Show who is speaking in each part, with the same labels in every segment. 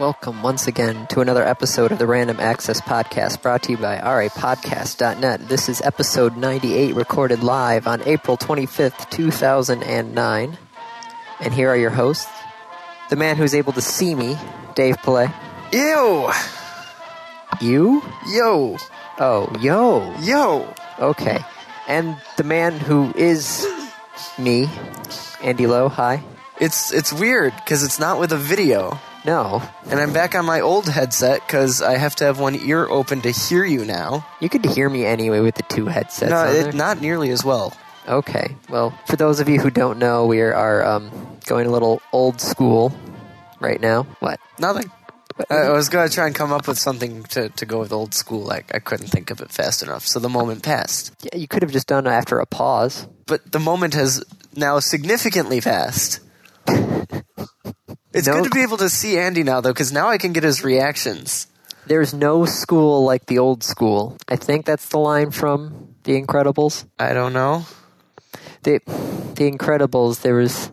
Speaker 1: Welcome once again to another episode of the Random Access Podcast brought to you by rapodcast.net. This is episode 98, recorded live on April 25th, 2009. And here are your hosts the man who's able to see me, Dave Play.
Speaker 2: Ew!
Speaker 1: You?
Speaker 2: Yo!
Speaker 1: Oh, yo.
Speaker 2: Yo!
Speaker 1: Okay. And the man who is me, Andy Lowe. Hi.
Speaker 2: It's it's weird because it's not with a video,
Speaker 1: No,
Speaker 2: and I'm back on my old headset because I have to have one ear open to hear you now.
Speaker 1: you could hear me anyway with the two headsets.
Speaker 2: no,
Speaker 1: on there.
Speaker 2: it, not nearly as well.
Speaker 1: Okay. Well, for those of you who don't know, we are um, going a little old school right now. What?
Speaker 2: Nothing. I, I was gonna try and come up with something to, to go with old school. Like I couldn't think of it fast enough, so the moment passed.
Speaker 1: Yeah, you could have just done after a pause.
Speaker 2: But the moment has now significantly passed. It's
Speaker 1: No.
Speaker 2: good to be able to see Andy now, though, because now I can get his reactions.
Speaker 1: There's no school like the old school. I think that's the line from The Incredibles.
Speaker 2: I don't know.
Speaker 1: The The Incredibles. There was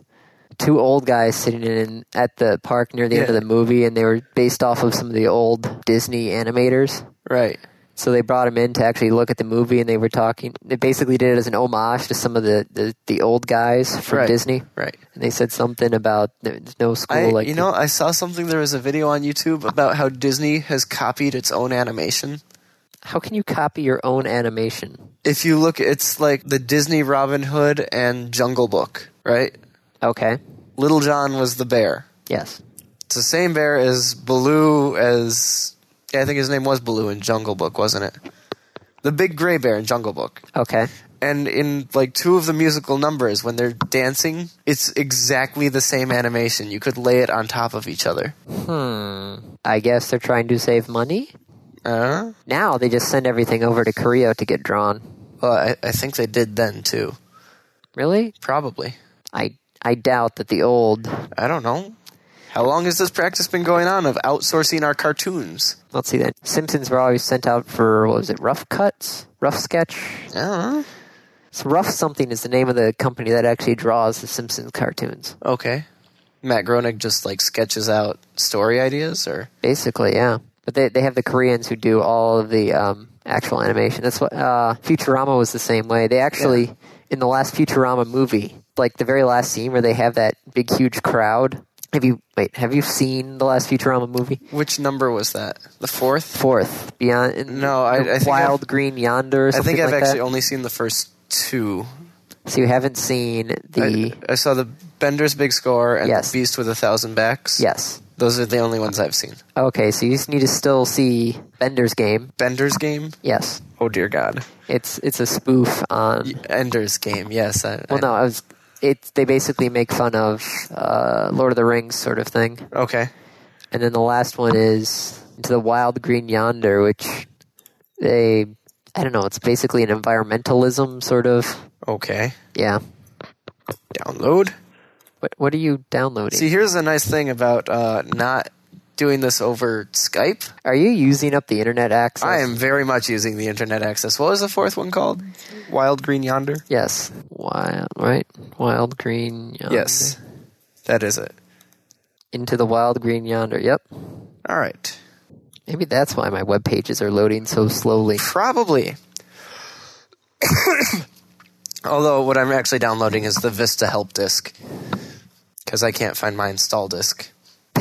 Speaker 1: two old guys sitting in at the park near the end of
Speaker 2: Yeah.
Speaker 1: the movie, and they were based off of some of the old Disney animators.
Speaker 2: Right.
Speaker 1: So they brought him in to actually look at the movie, and they were talking. They basically did it as an homage to some of the, the, the old guys from
Speaker 2: Right.
Speaker 1: Disney.
Speaker 2: Right.
Speaker 1: And they said something about there's no school
Speaker 2: I,
Speaker 1: like
Speaker 2: you know, I saw something. There was a video on YouTube about how Disney has copied its own animation.
Speaker 1: How can you copy your own animation?
Speaker 2: If you look, it's like the Disney Robin Hood and Jungle Book, right?
Speaker 1: Okay.
Speaker 2: Little John was the bear.
Speaker 1: Yes.
Speaker 2: It's the same bear as Baloo as yeah, I think his name was Baloo in Jungle Book, wasn't it? The big gray bear in Jungle Book.
Speaker 1: Okay.
Speaker 2: And in like two of the musical numbers when they're dancing, it's exactly the same animation. You could lay it on top of each other.
Speaker 1: Hmm. I guess they're trying to save money.
Speaker 2: Uh,
Speaker 1: Now they just send everything over to Korea to get drawn.
Speaker 2: well, I, I think they did then too.
Speaker 1: Really?
Speaker 2: Probably.
Speaker 1: I I doubt that the old.
Speaker 2: I don't know. How long has this practice been going on of outsourcing our cartoons?
Speaker 1: Let's see that Simpsons were always sent out for what was it? Rough cuts, rough sketch,
Speaker 2: I don't know.
Speaker 1: So Rough Something is the name of the company that actually draws the Simpsons cartoons.
Speaker 2: Okay. Matt Groening just like sketches out story ideas or
Speaker 1: Basically, yeah. But they they have the Koreans who do all of the um, actual animation. That's what uh, Futurama was the same way. They actually in the last Futurama movie, like the very last scene where they have that big huge crowd. Have you wait? Have you seen the last Futurama movie?
Speaker 2: which number was that? The fourth?
Speaker 1: Fourth Beyond. in
Speaker 2: No, I-
Speaker 1: the
Speaker 2: I think I've-
Speaker 1: Wild Green Yonder. Or
Speaker 2: I
Speaker 1: something
Speaker 2: think I've
Speaker 1: like
Speaker 2: actually
Speaker 1: that.
Speaker 2: only seen the first two.
Speaker 1: So you haven't seen the
Speaker 2: I, I saw the Bender's Big Score and
Speaker 1: Yes.
Speaker 2: the Beast with a Thousand Backs.
Speaker 1: yes.
Speaker 2: Those are the only ones I've seen.
Speaker 1: Okay, so you just need to still see Bender's Game.
Speaker 2: Bender's Game?
Speaker 1: Yes.
Speaker 2: Oh dear God.
Speaker 1: It's it's a spoof on.
Speaker 2: Ender's Game, yes. I,
Speaker 1: Well,
Speaker 2: I-
Speaker 1: no, I was. It's they basically make fun of uh, Lord of the Rings sort of thing,
Speaker 2: Okay.
Speaker 1: and then the last one is Into the Wild Green Yonder, which they I don't know. It's basically an environmentalism sort of.
Speaker 2: Okay.
Speaker 1: Yeah.
Speaker 2: Download.
Speaker 1: What, what are you downloading?
Speaker 2: See, here's a nice thing about uh, not doing this over Skype.
Speaker 1: are you using up the internet access?
Speaker 2: I am very much using the internet access. What was the fourth one called? Wild Green Yonder?
Speaker 1: Yes. Wild right. Wild Green Yonder.
Speaker 2: Yes. That is it.
Speaker 1: Into the Wild Green Yonder. Yep.
Speaker 2: All right.
Speaker 1: Maybe that's why my web pages are loading so slowly.
Speaker 2: Probably. Although, what I'm actually downloading is the Vista help disk because I can't find my install disk.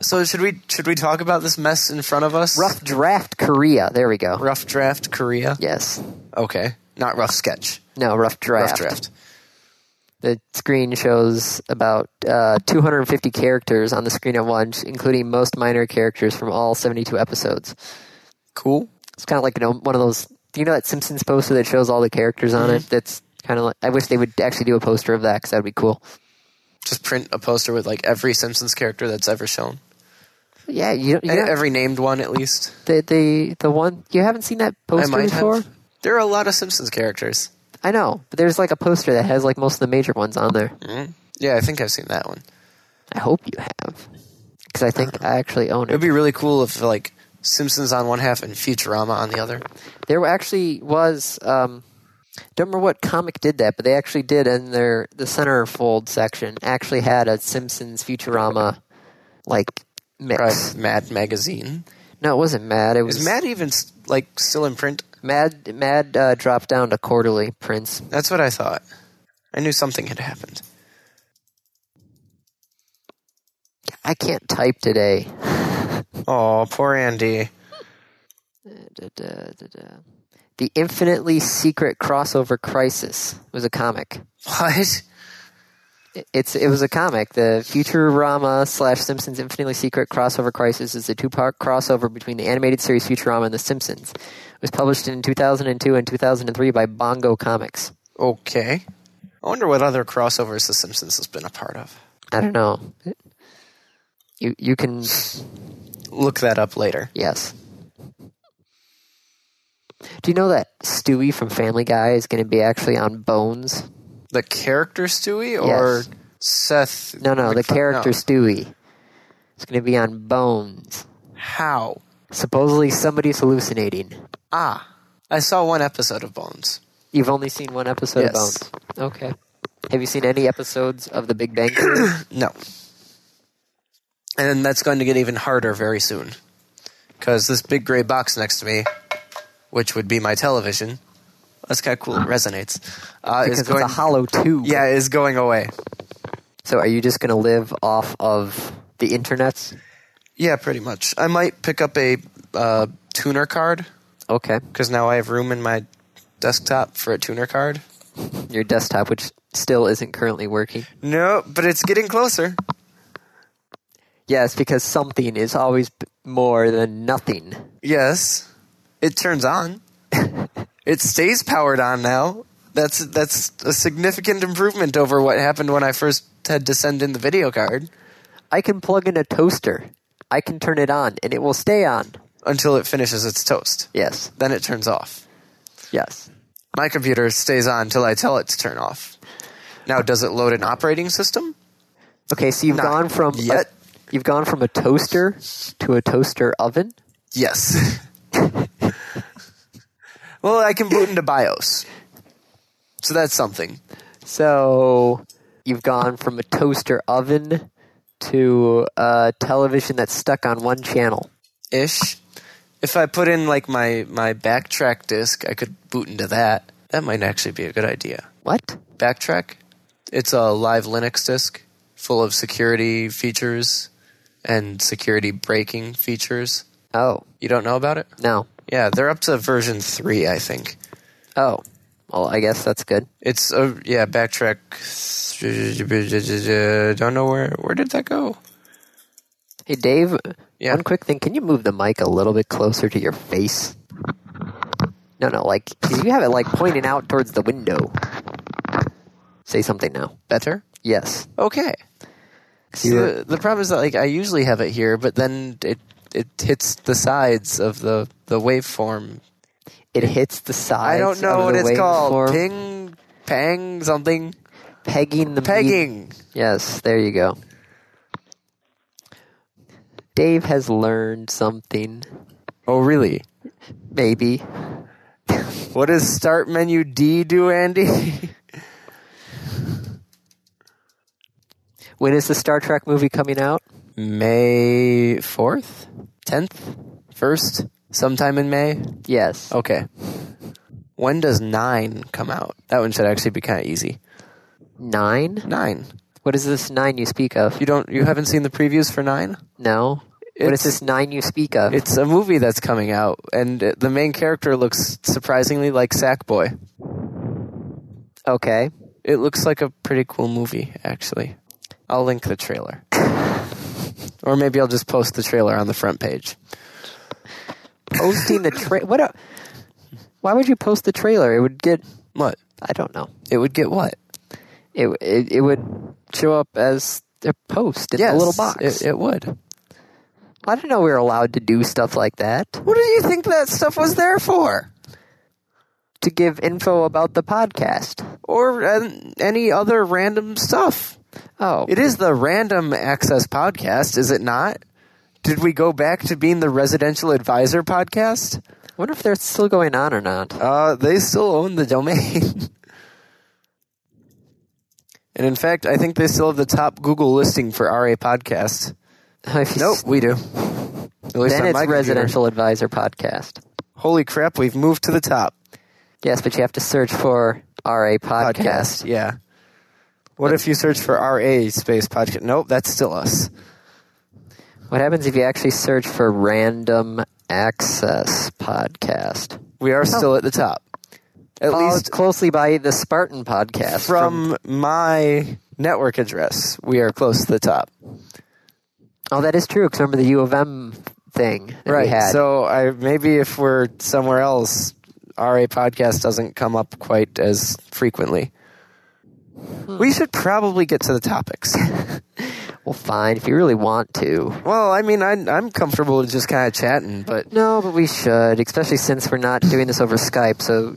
Speaker 2: so, should we should we talk about this mess in front of us?
Speaker 1: Rough Draft Korea. There we go.
Speaker 2: rough draft Korea.
Speaker 1: Yes.
Speaker 2: Okay, not rough sketch.
Speaker 1: No, rough draft.
Speaker 2: Rough draft.
Speaker 1: The screen shows about uh, 250 characters on the screen at once, including most minor characters from all 72 episodes.
Speaker 2: Cool.
Speaker 1: It's kind of like you know, one of those. You know that Simpsons poster that shows all the characters on
Speaker 2: Mm-hmm.
Speaker 1: it? That's kind of like. I wish they would actually do a poster of that because that would be cool.
Speaker 2: just print a poster with like every Simpsons character that's ever shown,
Speaker 1: But yeah, you, you
Speaker 2: E-
Speaker 1: know,
Speaker 2: every named one at least.
Speaker 1: the, the, the one. You haven't seen that
Speaker 2: I
Speaker 1: poster
Speaker 2: might
Speaker 1: before?
Speaker 2: have. There are a lot of Simpsons characters.
Speaker 1: I know, but there's like a poster that has like most of the major ones on there.
Speaker 2: Mm-hmm. Yeah, I think I've seen that one.
Speaker 1: I hope you have. Because I think
Speaker 2: Uh-huh.
Speaker 1: I actually own it.
Speaker 2: It'd be really cool if like Simpsons on one half and Futurama on the other.
Speaker 1: There were- actually was um, don't remember what comic did that, but they actually did in their the centerfold section actually had a Simpsons Futurama like mix.
Speaker 2: Probably Mad magazine.
Speaker 1: No, it wasn't Mad. It was
Speaker 2: Is Mad even s- like still in print?
Speaker 1: Mad. Mad uh, dropped down to quarterly prints.
Speaker 2: That's what I thought. I knew something had happened.
Speaker 1: I can't type today.
Speaker 2: Oh, poor Andy.
Speaker 1: The Infinitely Secret Crossover Crisis was a comic.
Speaker 2: What?
Speaker 1: It's it was a comic. The Futurama slash Simpsons Infinitely Secret Crossover Crisis is a two part crossover between the animated series Futurama and The Simpsons. It was published in 2002 and 2003 by Bongo Comics.
Speaker 2: Okay. I wonder what other crossovers The Simpsons has been a part of.
Speaker 1: I don't know. You you can
Speaker 2: Look that up later.
Speaker 1: yes. Do you know that Stewie from Family Guy is going to be actually on Bones?
Speaker 2: The character Stewie or
Speaker 1: Yes.
Speaker 2: Seth?
Speaker 1: No, no, the
Speaker 2: MacFar-
Speaker 1: character
Speaker 2: no.
Speaker 1: Stewie. It's going to be on Bones.
Speaker 2: How?
Speaker 1: Supposedly somebody's hallucinating.
Speaker 2: Ah, I saw one episode of Bones.
Speaker 1: You've only seen one episode of
Speaker 2: Yes.
Speaker 1: Bones. Okay. Have you seen any episodes of The Big Bang Theory?
Speaker 2: No. And that's going to get even harder very soon. Because this big gray box next to me, which would be my television, that's kind of cool. It resonates. Uh,
Speaker 1: because
Speaker 2: is
Speaker 1: it's
Speaker 2: going,
Speaker 1: a hollow tube.
Speaker 2: yeah, is going away.
Speaker 1: So are you just going to live off of the internets?
Speaker 2: Yeah, pretty much. I might pick up a uh, tuner card
Speaker 1: Okay.
Speaker 2: because now I have room in my desktop for a tuner card.
Speaker 1: Your desktop, which still isn't currently working.
Speaker 2: No, but it's getting closer.
Speaker 1: Yes, because something is always b- more than nothing.
Speaker 2: Yes, it turns on. it stays powered on now. That's that's a significant improvement over what happened when I first had to send in the video card
Speaker 1: I can plug in a toaster. I can turn it on and it will stay on.
Speaker 2: until it finishes its toast.
Speaker 1: Yes.
Speaker 2: Then it turns off.
Speaker 1: Yes.
Speaker 2: My computer stays on until I tell it to turn off. Now, does it load an operating system?
Speaker 1: Okay, so you've
Speaker 2: Not
Speaker 1: gone from a-
Speaker 2: yet.
Speaker 1: you've gone from a toaster to a toaster oven.
Speaker 2: Yes. well, I can boot into BIOS. So that's something.
Speaker 1: So you've gone from a toaster oven to a television that's stuck on one channel.
Speaker 2: ish. If I put in like my my backtrack disc, I could boot into that. That might actually be a good idea.
Speaker 1: What?
Speaker 2: Backtrack, it's a live Linux disk full of security features and security breaking features.
Speaker 1: Oh
Speaker 2: You don't know about it?
Speaker 1: no.
Speaker 2: Yeah, they're up to version three, I think.
Speaker 1: Oh well, I guess that's good.
Speaker 2: It's a yeah backtrack. Don't know where where did that go?
Speaker 1: Hey Dave,
Speaker 2: Yeah.
Speaker 1: one quick thing. Can you move the mic a little bit closer to your face? No, no, like 'cause you have it like pointing out towards the window. Say something now.
Speaker 2: Better.
Speaker 1: Yes.
Speaker 2: Okay. See,
Speaker 1: You were-
Speaker 2: the, the problem is that like I usually have it here, but then it it hits the sides of the the waveform.
Speaker 1: It hits the sides.
Speaker 2: I don't know
Speaker 1: of
Speaker 2: what
Speaker 1: the
Speaker 2: it's called.
Speaker 1: waveform.
Speaker 2: Ping, pang, something.
Speaker 1: Pegging the med-
Speaker 2: Pegging.
Speaker 1: Yes, there you go. Dave has learned something.
Speaker 2: Oh, really?
Speaker 1: Maybe.
Speaker 2: What does start menu D do, Andy?
Speaker 1: When is the Star Trek movie coming out?
Speaker 2: May fourth, tenth, first, sometime in May.
Speaker 1: Yes.
Speaker 2: Okay. When does nine come out? That one should actually be kind of easy.
Speaker 1: Nine?
Speaker 2: Nine.
Speaker 1: What is this nine you speak of?
Speaker 2: You don't. You haven't seen the previews for nine?
Speaker 1: No. What is
Speaker 2: It's-
Speaker 1: this nine you speak of?
Speaker 2: It's a movie that's coming out, and uh, the main character looks surprisingly like Sackboy.
Speaker 1: okay.
Speaker 2: It looks like a pretty cool movie, actually. I'll link the trailer. or maybe I'll just post the trailer on the front page.
Speaker 1: Posting the tra- what? A- Why would you post the trailer? It would get.
Speaker 2: What?
Speaker 1: I don't know.
Speaker 2: It would get what?
Speaker 1: It it, it would show up as a post in
Speaker 2: Yes,
Speaker 1: a little box.
Speaker 2: It, it would.
Speaker 1: I didn't know we were allowed to do stuff like that.
Speaker 2: What do you think that stuff was there for?
Speaker 1: To give info about the podcast.
Speaker 2: Or uh, any other random stuff?
Speaker 1: Oh,
Speaker 2: It is the Random Access Podcast, is it not? Did we go back to being the Residential Advisor Podcast?
Speaker 1: wonder if they're still going on or not.
Speaker 2: Uh, they still own the domain. and in fact, I think they still have the top Google listing for RA podcast.
Speaker 1: If you
Speaker 2: Nope,
Speaker 1: s-
Speaker 2: we do. At least
Speaker 1: Then
Speaker 2: on
Speaker 1: it's
Speaker 2: my computer.
Speaker 1: Residential Advisor Podcast.
Speaker 2: Holy crap, we've moved to the top.
Speaker 1: Yes, but you have to search for RA Podcast.
Speaker 2: Podcast, yeah. What if you search for RA space podcast? Nope, that's still us.
Speaker 1: What happens if you actually search for Random Access Podcast?
Speaker 2: We are still at the top. At
Speaker 1: Followed
Speaker 2: least
Speaker 1: closely by the Spartan Podcast
Speaker 2: from my network address, we are close to the top.
Speaker 1: Oh, that is true. Cause remember the U of M thing that we had.
Speaker 2: So I maybe if we're somewhere else, RA podcast doesn't come up quite as frequently.
Speaker 1: Hmm.
Speaker 2: We should probably get to the topics.
Speaker 1: well, fine if you really want to.
Speaker 2: well, I mean, I, I'm comfortable with just kind of chatting, but
Speaker 1: No, but we should, especially since we're not doing this over Skype. So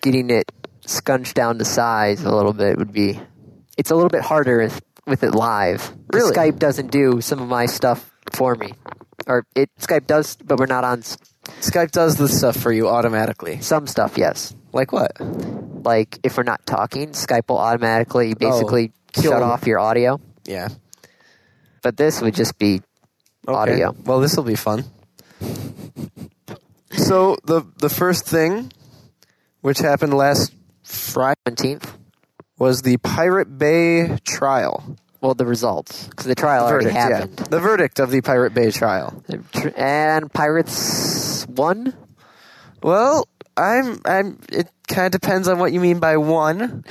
Speaker 1: getting it scunched down to size a little bit would be. It's a little bit harder if, with it live. 'Cause
Speaker 2: Really?
Speaker 1: Skype doesn't do some of my stuff for me, or it Skype does, but we're not on s-
Speaker 2: Skype does this stuff for you automatically.
Speaker 1: some stuff. Yes,
Speaker 2: Like what?
Speaker 1: like if we're not talking, Skype will automatically basically
Speaker 2: Oh, kill
Speaker 1: shut
Speaker 2: you.
Speaker 1: off your audio.
Speaker 2: Yeah.
Speaker 1: But this would just be
Speaker 2: Okay.
Speaker 1: Audio.
Speaker 2: Well, this will be fun. So the the first thing, which happened last Friday,
Speaker 1: 17th.
Speaker 2: was the Pirate Bay trial.
Speaker 1: Well, the results, because the trial already
Speaker 2: verdict, yeah.
Speaker 1: happened.
Speaker 2: The verdict of the Pirate Bay trial.
Speaker 1: Tr- And Pirates won.
Speaker 2: Well, I'm I'm it kind of depends on what you mean by one.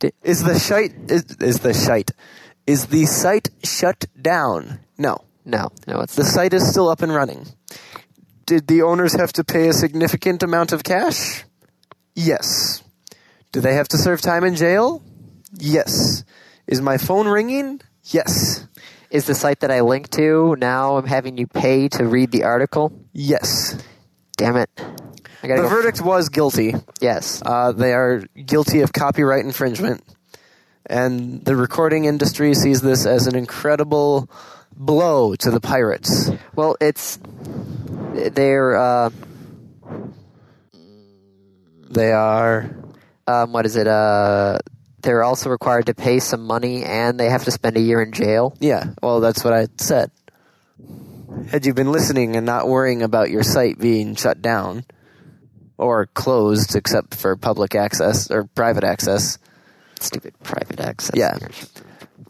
Speaker 1: Di-
Speaker 2: Is the shite is, is the shite is the site shut down? No.
Speaker 1: No, no, it's
Speaker 2: The site is still up and running. Did the owners have to pay a significant amount of cash? Yes. Do they have to serve time in jail? Yes. Is my phone ringing? Yes.
Speaker 1: Is the site that I link to now? I'm having you pay to read the article.
Speaker 2: Yes.
Speaker 1: Damn it! I gotta go.
Speaker 2: The verdict was guilty.
Speaker 1: yes,
Speaker 2: Uh, they are guilty of copyright infringement. And the recording industry sees this as an incredible blow to the pirates.
Speaker 1: Well, it's they're uh,
Speaker 2: They are.
Speaker 1: um, what is it? Uh, they're also required to pay some money, and they have to spend a year in jail.
Speaker 2: Yeah, well, that's what I said. Had you been listening and not worrying about your site being shut down or closed except for public access or private access,
Speaker 1: Stupid private access.
Speaker 2: Yeah.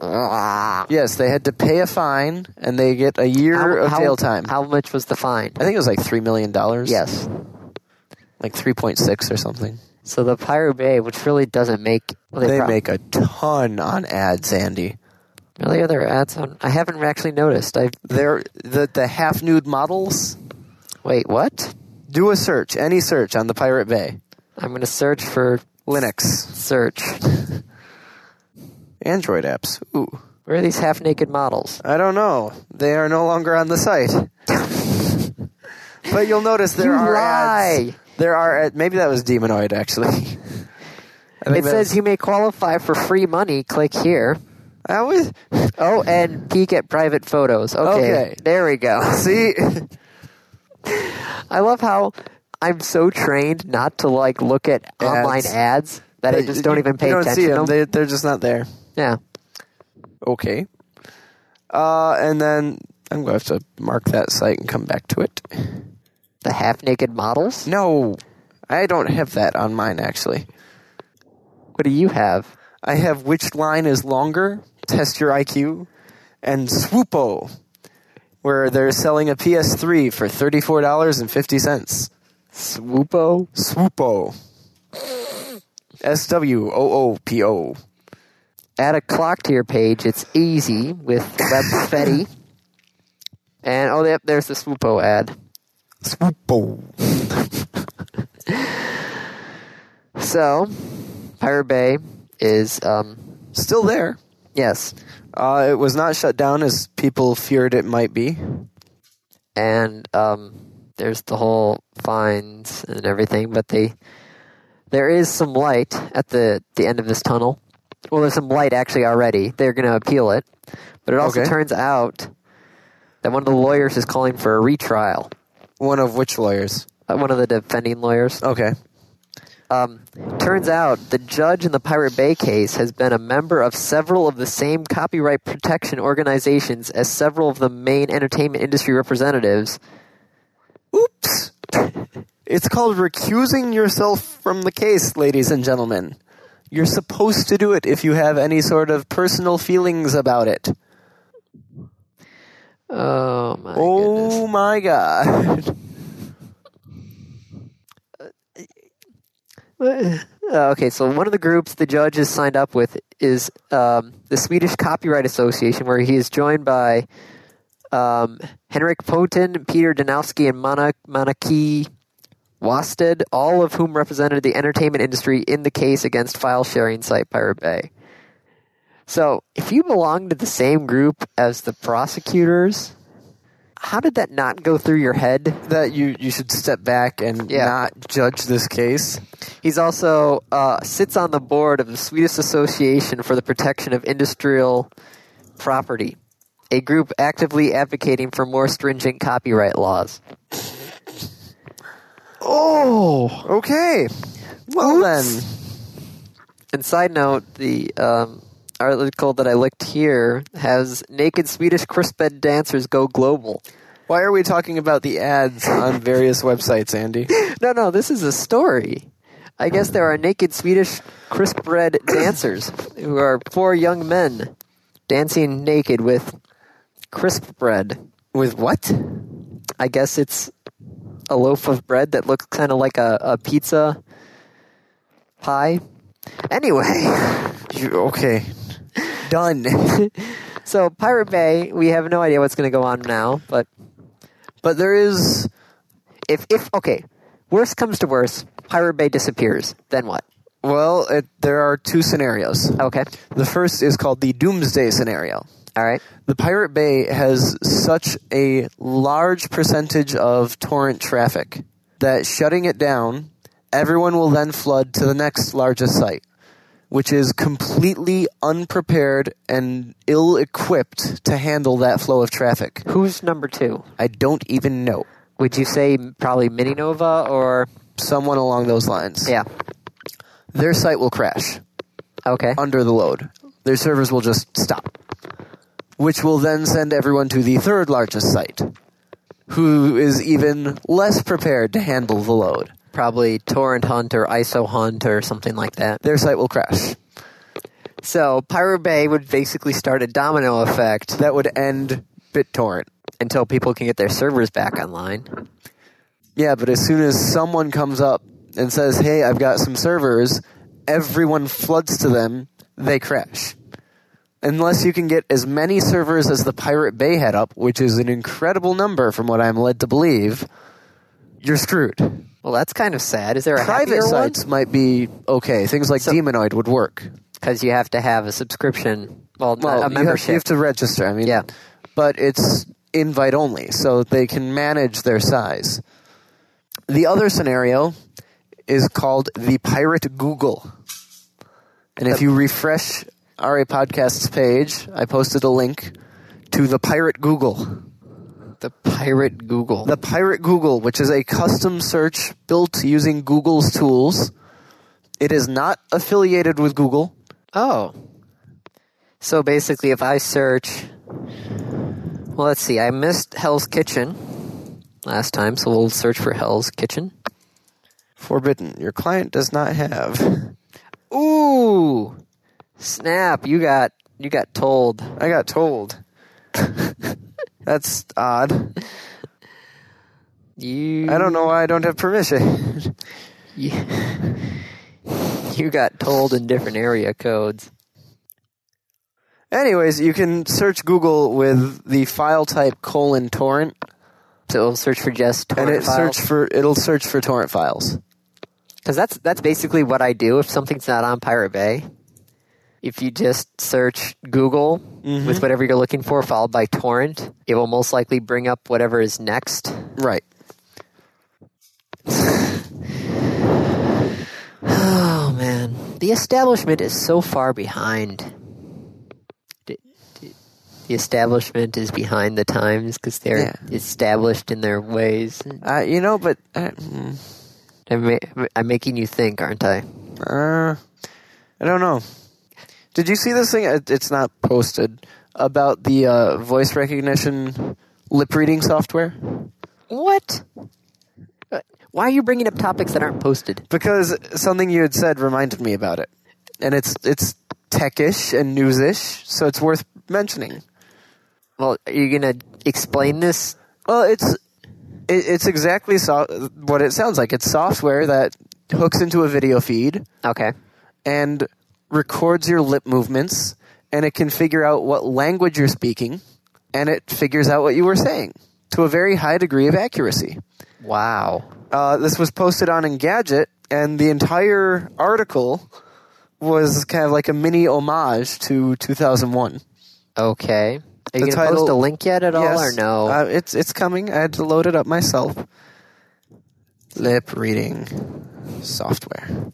Speaker 1: Ah.
Speaker 2: yes, they had to pay a fine and they get a year of jail time.
Speaker 1: How much was the fine?
Speaker 2: I think it was like $3 million.
Speaker 1: Yes.
Speaker 2: Like 3.6 or something.
Speaker 1: So the Pirate Bay, which really doesn't make well,
Speaker 2: They
Speaker 1: prob-
Speaker 2: make a ton on ads, Andy.
Speaker 1: really other ads on. I haven't actually noticed. I
Speaker 2: They're the, the half nude models.
Speaker 1: wait. What?
Speaker 2: Do a search, any search on the Pirate Bay.
Speaker 1: I'm gonna search for
Speaker 2: Linux.
Speaker 1: search.
Speaker 2: Android apps. Ooh.
Speaker 1: Where are these half-naked models?
Speaker 2: I don't know. They are no longer on the site. but you'll notice there
Speaker 1: You
Speaker 2: are
Speaker 1: lie.
Speaker 2: ads. There are ad- maybe that was Demonoid actually. I think
Speaker 1: It
Speaker 2: that
Speaker 1: says you may qualify for free money. Click here.
Speaker 2: I was
Speaker 1: Oh, and peek at private photos. Okay,
Speaker 2: Okay.
Speaker 1: there we go.
Speaker 2: see
Speaker 1: I love how I'm so trained not to like look at online ads that I just don't
Speaker 2: you-
Speaker 1: even pay
Speaker 2: you don't
Speaker 1: attention
Speaker 2: see
Speaker 1: to
Speaker 2: them.
Speaker 1: them.
Speaker 2: They, they're just not there.
Speaker 1: yeah.
Speaker 2: Okay. Uh, and then I'm going to have to mark that site and come back to it.
Speaker 1: The half-naked models.
Speaker 2: No, I don't have that on mine actually.
Speaker 1: What do you have?
Speaker 2: I have which line is longer, test your IQ, and Swoopo, where they're selling a PS3 for $34.50.
Speaker 1: Swoopo.
Speaker 2: Swoopo. S W O O P O.
Speaker 1: add a clock to your page. It's easy with WebFetty. and oh, yep, there's the Swoopo ad.
Speaker 2: Swoopo.
Speaker 1: So, Pirate Bay is um,
Speaker 2: Still there.
Speaker 1: yes,
Speaker 2: Uh, it was not shut down as people feared it might be.
Speaker 1: and um, there's the whole fines and everything. But they there is some light at the the end of this tunnel. Well, there's some light actually already. They're going to appeal it, but it also
Speaker 2: Okay.
Speaker 1: turns out that one of the lawyers is calling for a retrial.
Speaker 2: One of which lawyers?
Speaker 1: Uh, one of the defending lawyers.
Speaker 2: Okay.
Speaker 1: Um, turns out the judge in the Pirate Bay case has been a member of several of the same copyright protection organizations as several of the main entertainment industry representatives.
Speaker 2: Oops. It's called recusing yourself from the case, ladies and gentlemen. You're supposed to do it if you have any sort of personal feelings about it.
Speaker 1: Oh my
Speaker 2: oh
Speaker 1: goodness.
Speaker 2: my god.
Speaker 1: Uh, okay, so one of the groups the judge is signed up with is um, the Swedish Copyright Association, where he is joined by um, Henrik Poten, Peter Danowski, and Mona, Monaki Wasted, all of whom represented the entertainment industry in the case against file sharing site Pirate Bay. So, if you belong to the same group as the prosecutors, how did that not go through your head?
Speaker 2: that you, you should step back and
Speaker 1: Yeah.
Speaker 2: not judge this case.
Speaker 1: He's also uh, sits on the board of the Swedish Association for the Protection of Industrial Property, a group actively advocating for more stringent copyright laws.
Speaker 2: Oh. Okay. Well then.
Speaker 1: And side note, the um, article that I linked here has naked Swedish crisped dancers go global.
Speaker 2: Why are we talking about the ads on various websites, Andy?
Speaker 1: No, no, this is a story. I guess there are naked Swedish crisp bread dancers who are four young men dancing naked with crisp bread.
Speaker 2: With what?
Speaker 1: I guess it's a loaf of bread that looks kind of like a, a pizza pie. Anyway,
Speaker 2: You, okay. Done.
Speaker 1: so Pirate Bay, we have no idea what's going to go on now, but
Speaker 2: but there is
Speaker 1: if if okay, worst comes to worst, Pirate Bay disappears, then what?
Speaker 2: well, it, there are two scenarios.
Speaker 1: Okay.
Speaker 2: The first is called the doomsday scenario.
Speaker 1: All right.
Speaker 2: The Pirate Bay has such a large percentage of torrent traffic that shutting it down, everyone will then flood to the next largest site, which is completely unprepared and ill equipped to handle that flow of traffic.
Speaker 1: Who's number 2?
Speaker 2: I don't even know.
Speaker 1: Would you say probably Mini Nova or
Speaker 2: Someone along those lines.
Speaker 1: yeah.
Speaker 2: Their site will crash.
Speaker 1: Okay.
Speaker 2: under the load. Their servers will just stop, which will then send everyone to the third largest site, who is even less prepared to handle the load.
Speaker 1: Probably Torrent Hunt or ISO Hunt or something like that.
Speaker 2: Their site will crash.
Speaker 1: So Pirate Bay would basically start a domino effect
Speaker 2: That would end BitTorrent.
Speaker 1: until people can get their servers back online.
Speaker 2: Yeah, but as soon as someone comes up and says, hey, I've got some servers, everyone floods to them, they crash. Unless you can get as many servers as the Pirate Bay had up, which is an incredible number from what I'm led to believe, you're screwed.
Speaker 1: Well, that's kind of sad. Is there a
Speaker 2: private sites might be okay. Things like
Speaker 1: So-
Speaker 2: Demonoid would work.
Speaker 1: Because you have to have a subscription, well, not
Speaker 2: Well,
Speaker 1: a
Speaker 2: you have-
Speaker 1: membership.
Speaker 2: You have, to register. I mean,
Speaker 1: Yeah.
Speaker 2: but it's invite only, so they can manage their size. The other scenario is called the Pirate Google, and if you refresh RA Podcast's page, I posted a link to the Pirate Google.
Speaker 1: the pirate Google.
Speaker 2: The Pirate Google, which is a custom search built using Google's tools. It is not affiliated with Google.
Speaker 1: oh. So basically, if I search. Well, let's see. I missed Hell's Kitchen last time, so we'll search for Hell's Kitchen.
Speaker 2: Forbidden. Your client does not have.
Speaker 1: Ooh! Snap, you got you got told.
Speaker 2: I got told. That's odd.
Speaker 1: You
Speaker 2: I don't know why I don't have permission.
Speaker 1: you, you got told in different area codes.
Speaker 2: Anyways, you can search Google with the file type colon torrent,
Speaker 1: So it'll search for just
Speaker 2: and
Speaker 1: torrent
Speaker 2: it search for it'll search for torrent files.
Speaker 1: because that's that's basically what I do if something's not on Pirate Bay. If you just search Google with
Speaker 2: Mm-hmm.
Speaker 1: whatever you're looking for, followed by torrent, it will most likely bring up whatever is next.
Speaker 2: Right.
Speaker 1: Oh man, the establishment is so far behind. D- d- The establishment is behind the times because they're
Speaker 2: Yeah.
Speaker 1: established in their ways.
Speaker 2: Uh, you know, but uh, mm,
Speaker 1: I'm, ma- I'm making you think, aren't I?
Speaker 2: Uh, I don't know. Did you see this thing? It- It's not posted about the uh, voice recognition lip reading software
Speaker 1: What? Uh, Why are you bringing up topics that aren't posted?
Speaker 2: because something you had said reminded me about it, and it's it's techish and newsish, so it's worth mentioning.
Speaker 1: Well, are you going to explain this?
Speaker 2: Well, it's it, it's exactly so- what it sounds like. It's software that hooks into a video feed
Speaker 1: Okay.
Speaker 2: and records your lip movements, and it can figure out what language you're speaking, and it figures out what you were saying to a very high degree of accuracy.
Speaker 1: Wow.
Speaker 2: Uh, this was posted on Engadget, and the entire article was kind of like a mini homage to 2001.
Speaker 1: Okay. Are you
Speaker 2: The
Speaker 1: going to post a
Speaker 2: title-
Speaker 1: link yet at all, or
Speaker 2: Yes.
Speaker 1: no?
Speaker 2: Uh, it's it's coming. I had to load it up myself. Lip reading software.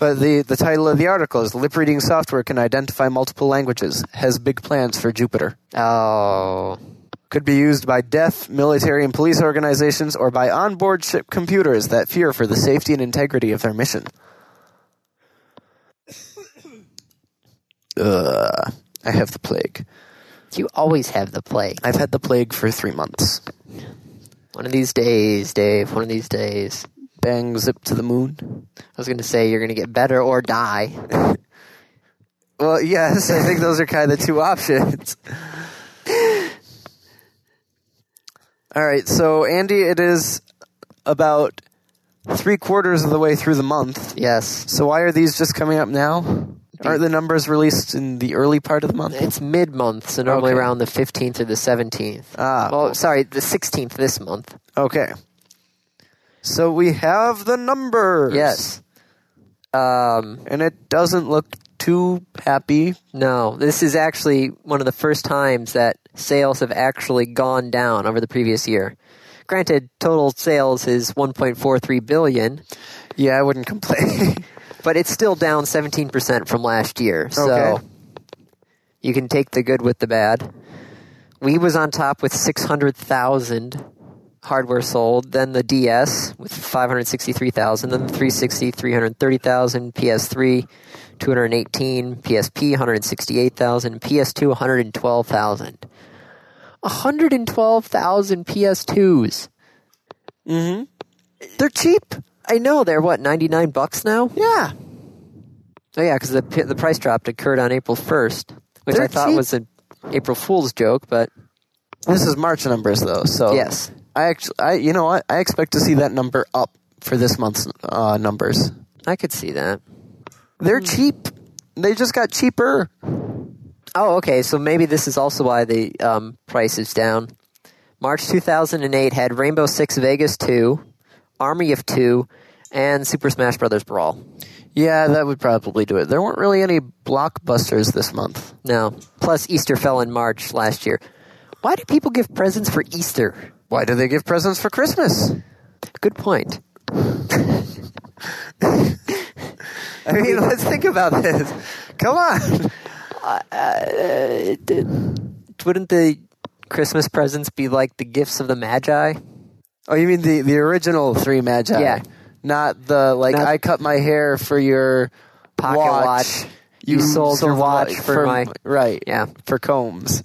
Speaker 2: But the, the title of the article is Lip Reading Software Can Identify Multiple Languages, Has Big Plans for Jupiter.
Speaker 1: oh.
Speaker 2: Could be used by deaf, military, and police organizations or by onboard ship computers that fear for the safety and integrity of their mission. Ugh, Uh, I have the plague.
Speaker 1: You always have the plague.
Speaker 2: I've had the plague for three months.
Speaker 1: One of these days, Dave. One of these days.
Speaker 2: Bang, zip to the moon.
Speaker 1: I was going to say you're going to get better or die.
Speaker 2: Well, yes, I think those are kind of the two options. All right, so Andy, it is about three quarters of the way through the month.
Speaker 1: Yes.
Speaker 2: So why are these just coming up now? Aren't the numbers released in the early part of the month?
Speaker 1: It's mid month, so normally
Speaker 2: Okay.
Speaker 1: around the 15th or the 17th.
Speaker 2: Ah,
Speaker 1: well, sorry, the 16th this month.
Speaker 2: Okay. So we have the numbers.
Speaker 1: Yes. Um,
Speaker 2: And it doesn't look too happy.
Speaker 1: no, this is actually one of the first times that sales have actually gone down over the previous year. Granted, total sales is 1.43 billion,
Speaker 2: Yeah, I wouldn't complain.
Speaker 1: but it's still down 17% from last year. So
Speaker 2: Okay.
Speaker 1: you can take the good with the bad. We was on top with 600,000 hardware sold, then the DS with 563,000, then the 360 330,000, PS3 218, PSP 168,000, PS2 112,000. 112,000 PS2s.
Speaker 2: They're cheap.
Speaker 1: I know they're what 99 bucks now?
Speaker 2: Yeah.
Speaker 1: Oh yeah, because the pi- the price drop occurred on April first, which I
Speaker 2: They're
Speaker 1: thought
Speaker 2: cheap.
Speaker 1: was an April Fool's joke, but
Speaker 2: This is March numbers though, so
Speaker 1: yes,
Speaker 2: I actually, I you know what? I expect to see that number up for this month's uh, numbers.
Speaker 1: I could see that. Hmm.
Speaker 2: They're cheap. They just got cheaper.
Speaker 1: Oh, okay, so maybe this is also why the um, price is down. March 2008 had Rainbow Six Vegas 2, Army of 2, and Super Smash Brothers Brawl.
Speaker 2: Yeah, that would probably do it. There weren't really any blockbusters this month.
Speaker 1: No, plus Easter fell in March last year. Why do people give presents for Easter?
Speaker 2: Why do they give presents for Christmas?
Speaker 1: Good point.
Speaker 2: I mean, let's think about this. Come on.
Speaker 1: Uh, Wouldn't the Christmas presents be like the gifts of the Magi?
Speaker 2: Oh, you mean the, the original three magi?
Speaker 1: Yeah.
Speaker 2: Not the, like,
Speaker 1: Not-
Speaker 2: I cut my hair for your
Speaker 1: Pocket watch. You sold your
Speaker 2: the
Speaker 1: watch for my-
Speaker 2: Right.
Speaker 1: Yeah.
Speaker 2: For combs.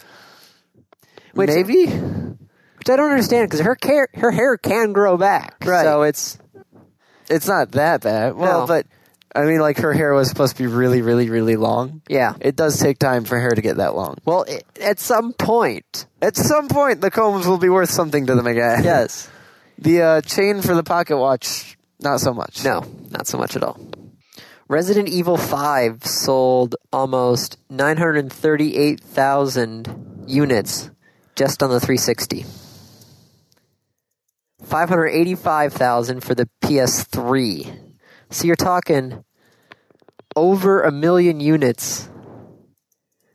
Speaker 1: Which-
Speaker 2: Maybe?
Speaker 1: Which I don't understand because her hair, her hair can grow back.
Speaker 2: Right.
Speaker 1: So it's
Speaker 2: It's not that bad. Well,
Speaker 1: No.
Speaker 2: but, I mean, like, her hair was supposed to be really, really, really long.
Speaker 1: yeah.
Speaker 2: It does take time for hair to get that long.
Speaker 1: well, i at some point,
Speaker 2: At some point, the combs will be worth something to them again.
Speaker 1: yes.
Speaker 2: The uh, chain for the pocket watch, not so much.
Speaker 1: No, not so much at all. Resident Evil Five sold almost nine hundred thirty-eight thousand units just on the 360. 585,000 for the PS3. So you're talking over a million units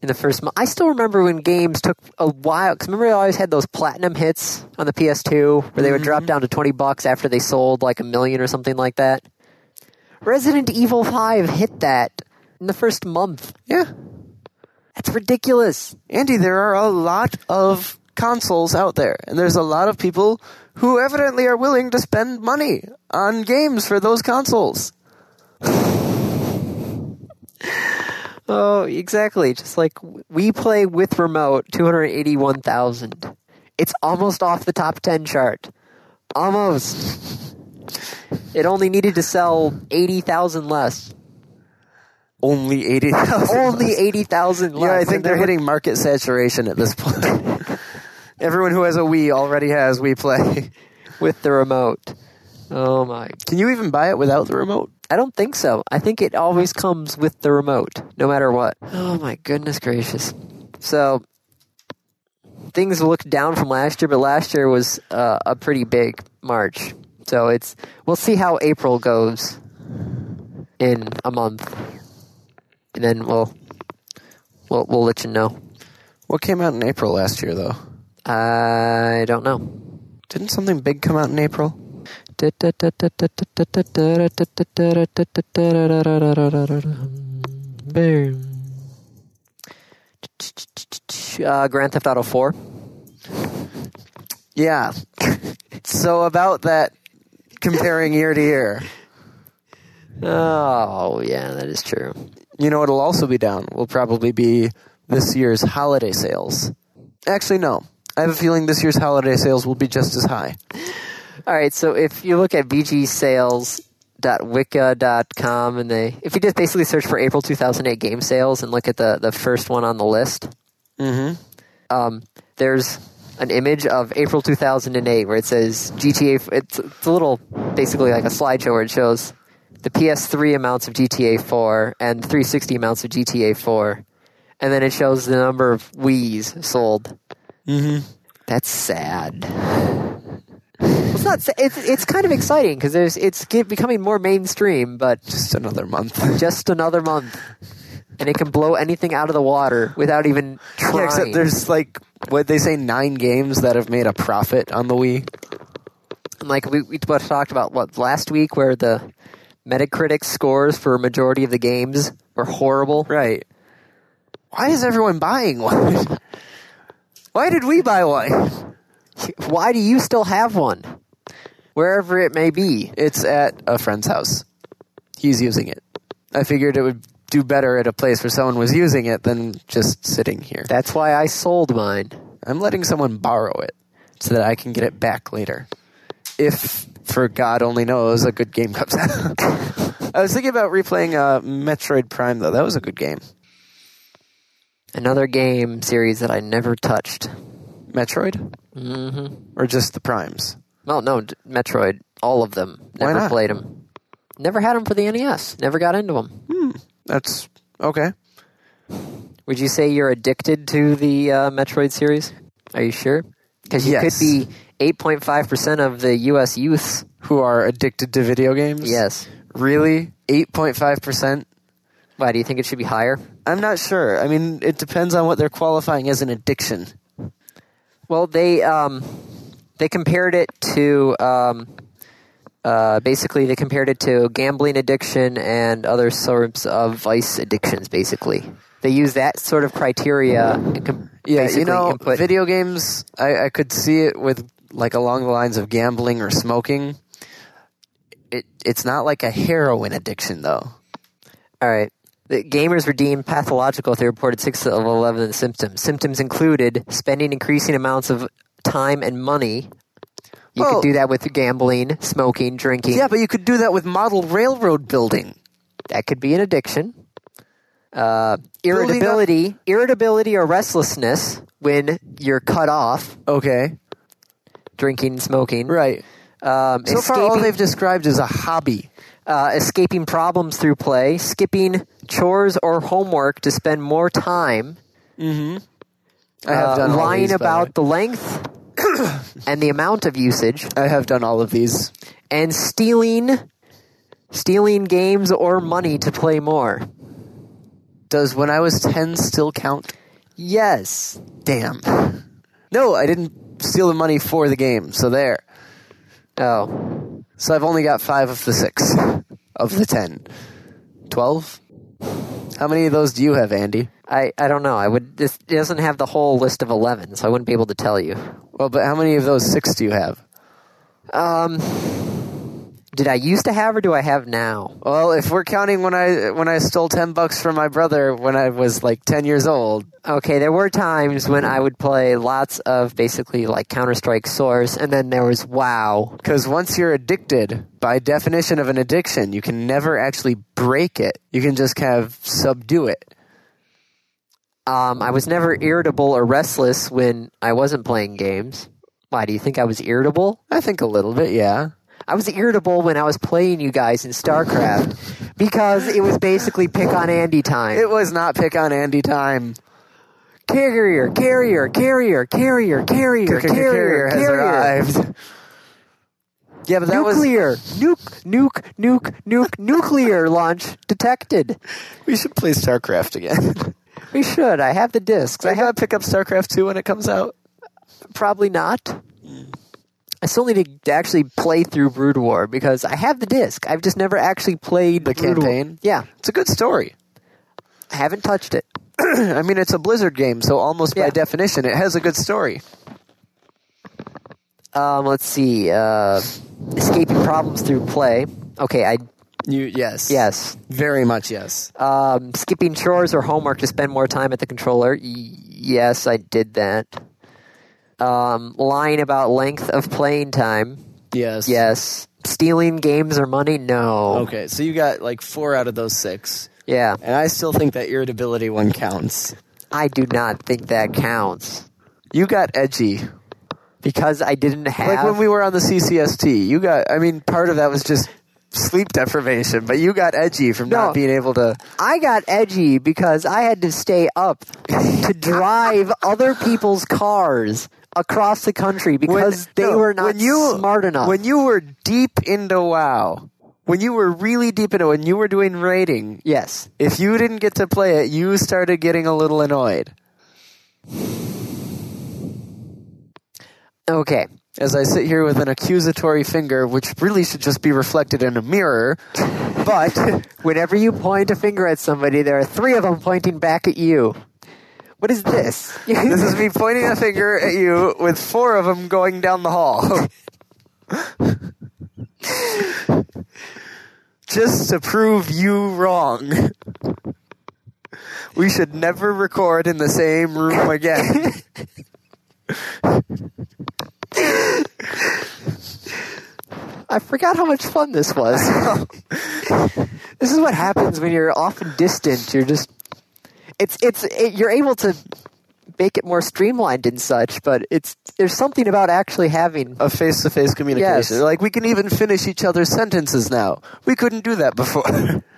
Speaker 1: in the first month. I still remember when games took a while. Because remember, I always had those platinum hits on the PS2 where they would drop down to 20 bucks after they sold like a million or something like that. Resident Evil 5 hit that in the first month.
Speaker 2: Yeah.
Speaker 1: That's ridiculous.
Speaker 2: Andy, there are a lot of consoles out there, and there's a lot of people who evidently are willing to spend money on games for those consoles.
Speaker 1: Oh, exactly. Just like we play with remote 281,000. It's almost off the top 10 chart. Almost. It only needed to sell 80,000 less.
Speaker 2: Only eighty thousand.
Speaker 1: Only 80,000 less.
Speaker 2: Yeah, I
Speaker 1: And
Speaker 2: think they're hitting market saturation at this point. Everyone who has a Wii already has Wii Play.
Speaker 1: with the remote. Oh my.
Speaker 2: Can you even buy it without the remote?
Speaker 1: I don't think so. I think it always comes with the remote, no matter what. Oh my goodness gracious. So things looked down from last year, but last year was uh, a pretty big March. So it's we'll see how April goes in a month, and then we'll we'll we'll let you know.
Speaker 2: What came out in April last year, though?
Speaker 1: I don't know.
Speaker 2: Didn't something big come out in April?
Speaker 1: Uh, Grand Theft Auto 4.
Speaker 2: Yeah. so about that comparing year to year.
Speaker 1: Oh, yeah, that is true.
Speaker 2: You know it'll also be down. Will probably be this year's holiday sales. Actually no. I have a feeling this year's holiday sales will be just as high.
Speaker 1: All right, so if you look at bgsales.wicca.com and they if you just basically search for April 2008 game sales and look at the the first one on the list,
Speaker 2: Mhm.
Speaker 1: um, there's an image of April 2008 where it says GTA. f- It's, it's a little, basically like a slideshow where it shows the PS3 amounts of GTA 4 and 360 amounts of GTA 4, and then it shows the number of Wii's sold.
Speaker 2: Mhm.
Speaker 1: That's sad. It's not. sa- It's it's kind of exciting because there's it's get, becoming more mainstream, but
Speaker 2: Just another month.
Speaker 1: just another month, and it can blow anything out of the water without even trying.
Speaker 2: Yeah, except there's like what they say nine games that have made a profit on the Wii.
Speaker 1: And, like we, we both talked about what last week where the metacritic scores for a majority of the games were horrible
Speaker 2: Right. Why is everyone buying one? Why did we buy one?
Speaker 1: why do you still have one wherever it may be
Speaker 2: It's at a friend's house. He's using it. I figured it would do better at a place where someone was using it than just sitting here.
Speaker 1: that's why i sold mine
Speaker 2: I'm letting someone borrow it so that I can get it back later. If, for God only knows, a good game comes out. I was thinking about replaying uh, Metroid Prime, though. That was a good game.
Speaker 1: another game series that i never touched
Speaker 2: Metroid?
Speaker 1: mm-hmm.
Speaker 2: Or just the Primes?
Speaker 1: well no d- metroid all of them
Speaker 2: Why
Speaker 1: never
Speaker 2: not?
Speaker 1: played them never had them for the nes never got into them
Speaker 2: That's okay.
Speaker 1: would you say you're addicted to the uh, metroid series are you sure because you
Speaker 2: Yes.
Speaker 1: could be 8.5% of the us youths
Speaker 2: Who are addicted to video games?
Speaker 1: yes
Speaker 2: Really? 8.5%?
Speaker 1: Why do you think it should be higher?
Speaker 2: I'm not sure. I mean, it depends on what they're qualifying as an addiction.
Speaker 1: Well, they um, they compared it to um, uh, basically they compared it to gambling addiction and other sorts of vice addictions. Basically, they use that sort of criteria. And com-
Speaker 2: Yeah,
Speaker 1: basically
Speaker 2: you know,
Speaker 1: input-
Speaker 2: video games, I, I could see it with, like, along the lines of gambling or smoking. It, it's not like a heroin addiction, though.
Speaker 1: All right. The gamers were deemed pathological if they reported six of 11 symptoms. Symptoms included spending increasing amounts of time and money. You
Speaker 2: Well-
Speaker 1: could do that with gambling, smoking, drinking.
Speaker 2: Yeah, but you could do that with model railroad building.
Speaker 1: that could be an addiction. Uh,
Speaker 2: Building up-
Speaker 1: irritability, irritability or restlessness when you're cut off
Speaker 2: Okay.
Speaker 1: drinking, smoking.
Speaker 2: Right.
Speaker 1: Um,
Speaker 2: So
Speaker 1: escaping,
Speaker 2: far, all they've described is a hobby.
Speaker 1: uh, escaping problems through play, skipping chores or homework to spend more time,
Speaker 2: I have
Speaker 1: uh,
Speaker 2: done all
Speaker 1: lying
Speaker 2: these, by the way.
Speaker 1: about the length and the amount of usage,
Speaker 2: I have done all of these.
Speaker 1: and stealing, stealing games or money to play more.
Speaker 2: Does when I was 10 still count?
Speaker 1: Yes,
Speaker 2: Damn. No, I didn't steal the money for the game, so there.
Speaker 1: Oh,
Speaker 2: So I've only got five of the six of the 10. 12? How many of those do you have, Andy?
Speaker 1: I, I don't know. I would. This it doesn't have the whole list of eleven, so I wouldn't be able to tell you.
Speaker 2: Well, but how many of those six do you have?
Speaker 1: Did I used to have or do I have now?
Speaker 2: Well, if we're counting when I when I stole ten bucks from my brother when I was like ten years old,
Speaker 1: Okay, there were times when I would play lots of basically like Counter Strike Source, and then there was WoW.
Speaker 2: because once you're addicted, by definition of an addiction, you can never actually break it. You can just kind of subdue it.
Speaker 1: Um, I was never irritable or restless when I wasn't playing games. Why do you think I was irritable?
Speaker 2: I think a little bit, yeah.
Speaker 1: I was irritable when I was playing you guys in StarCraft because it was basically pick on Andy time.
Speaker 2: It was not pick on Andy time.
Speaker 1: carrier, carrier, carrier, carrier, carrier,
Speaker 2: Carrier,
Speaker 1: carrier,
Speaker 2: has
Speaker 1: carrier.
Speaker 2: arrived. Yeah, but that
Speaker 1: Nuclear, nuke, nuke, nuke, nuke, nuclear launch detected.
Speaker 2: was. We should play StarCraft again.
Speaker 1: We should. I have the discs.
Speaker 2: I
Speaker 1: I have
Speaker 2: gotta pick up StarCraft 2 when it comes out.
Speaker 1: probably not. I still need to actually play through Brood War because I have the disc. I've just never actually played
Speaker 2: The
Speaker 1: Brood War.
Speaker 2: campaign?
Speaker 1: Yeah,
Speaker 2: It's a good story.
Speaker 1: I haven't touched it.
Speaker 2: I mean, it's a Blizzard game, so almost by
Speaker 1: Yeah.
Speaker 2: definition, it has a good story.
Speaker 1: Um, let's see. Uh, escaping problems through play. Okay, I
Speaker 2: You yes,
Speaker 1: yes.
Speaker 2: very much yes.
Speaker 1: Um, skipping chores or homework to spend more time at the controller. Y- yes, I did that. Um, lying about length of playing time.
Speaker 2: Yes,
Speaker 1: Yes. Stealing games or money. No.
Speaker 2: Okay, so you got like four out of those six,
Speaker 1: Yeah.
Speaker 2: and I still think that irritability one counts.
Speaker 1: I do not think that counts.
Speaker 2: You got edgy,
Speaker 1: because I didn't have.
Speaker 2: like when we were on the CCST. You got, I mean, part of that was just sleep deprivation, but you got edgy from
Speaker 1: No.
Speaker 2: not being able to.
Speaker 1: I got edgy because I had to stay up to drive other people's cars across the country because they
Speaker 2: no,
Speaker 1: were not
Speaker 2: when you,
Speaker 1: smart enough.
Speaker 2: When you were deep into WoW, when you were really deep into, when you were doing raiding,
Speaker 1: yes,
Speaker 2: if you didn't get to play it, you started getting a little annoyed.
Speaker 1: okay,
Speaker 2: as I sit here with an accusatory finger, which really should just be reflected in a mirror.
Speaker 1: but whenever you point a finger at somebody, there are three of them pointing back at you. What is this?
Speaker 2: This is me pointing a finger at you with four of them going down the hall. just to prove you wrong. We should never record in the same room again.
Speaker 1: I forgot how much fun this was. this is what happens when you're often distant. You're just it's it's it, you're able to make it more streamlined and such, but it's there's something about actually having
Speaker 2: A face to face communication.
Speaker 1: Yes.
Speaker 2: Like, we can even finish each other's sentences now. We couldn't do that before.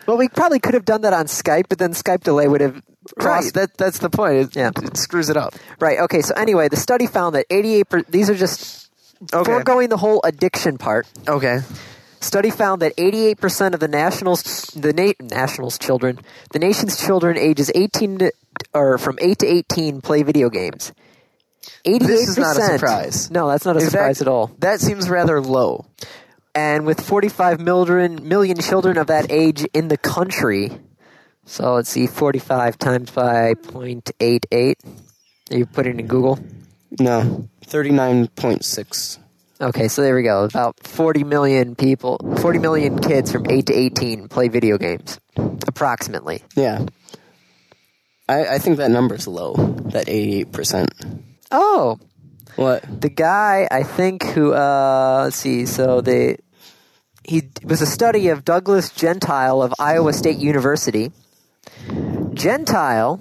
Speaker 1: well, we probably could have done that on Skype, but then Skype delay would have crossed
Speaker 2: Right. That, that's the point. It,
Speaker 1: Yeah.
Speaker 2: it screws it up.
Speaker 1: Right. Okay. So anyway, the study found that 88. Per- these are just
Speaker 2: Okay.
Speaker 1: foregoing the whole addiction part.
Speaker 2: Okay.
Speaker 1: Study found that 88% of the nationals, the na- nationals children, the nation's children ages 18 to, or from 8 to 18 play video games. 88%.
Speaker 2: is not a surprise.
Speaker 1: No, that's not a
Speaker 2: In
Speaker 1: surprise
Speaker 2: fact,
Speaker 1: at all.
Speaker 2: That seems rather low.
Speaker 1: And with 45 million, million children of that age in the country, so let's see, 45 times by 0.88. You put it in Google.
Speaker 2: No. 39.6.
Speaker 1: Okay, so there we go. About 40 million people, 40 million kids from 8 to 18 play video games, approximately.
Speaker 3: Yeah. I, I think that number's low, that 88%.
Speaker 1: Oh,
Speaker 3: What?
Speaker 1: the guy I think who uh, let's see, so they he it was a study of Douglas Gentile of Iowa State University. Gentile,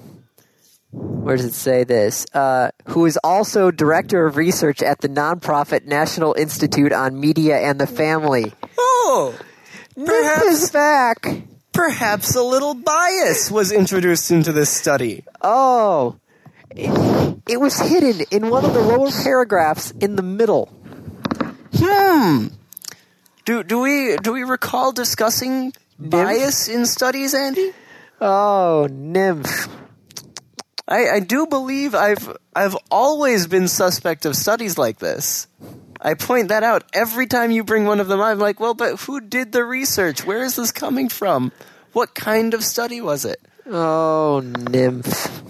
Speaker 1: where does it say this? Uh, who is also director of research at the nonprofit National Institute on Media and the Family.
Speaker 3: Oh!
Speaker 1: This is back.
Speaker 3: Perhaps a little bias was introduced into this study.
Speaker 1: Oh, it, it was hidden in one of the lower paragraphs in the middle.
Speaker 3: Hmm. Do, do we do we recall discussing bias in studies, Andy?
Speaker 1: Oh, nymph.
Speaker 3: I, I do believe I've I've always been suspect of studies like this. I point that out every time you bring one of them. I'm like, well, but who did the research? Where is this coming from? What kind of study was it?
Speaker 1: Oh, nymph.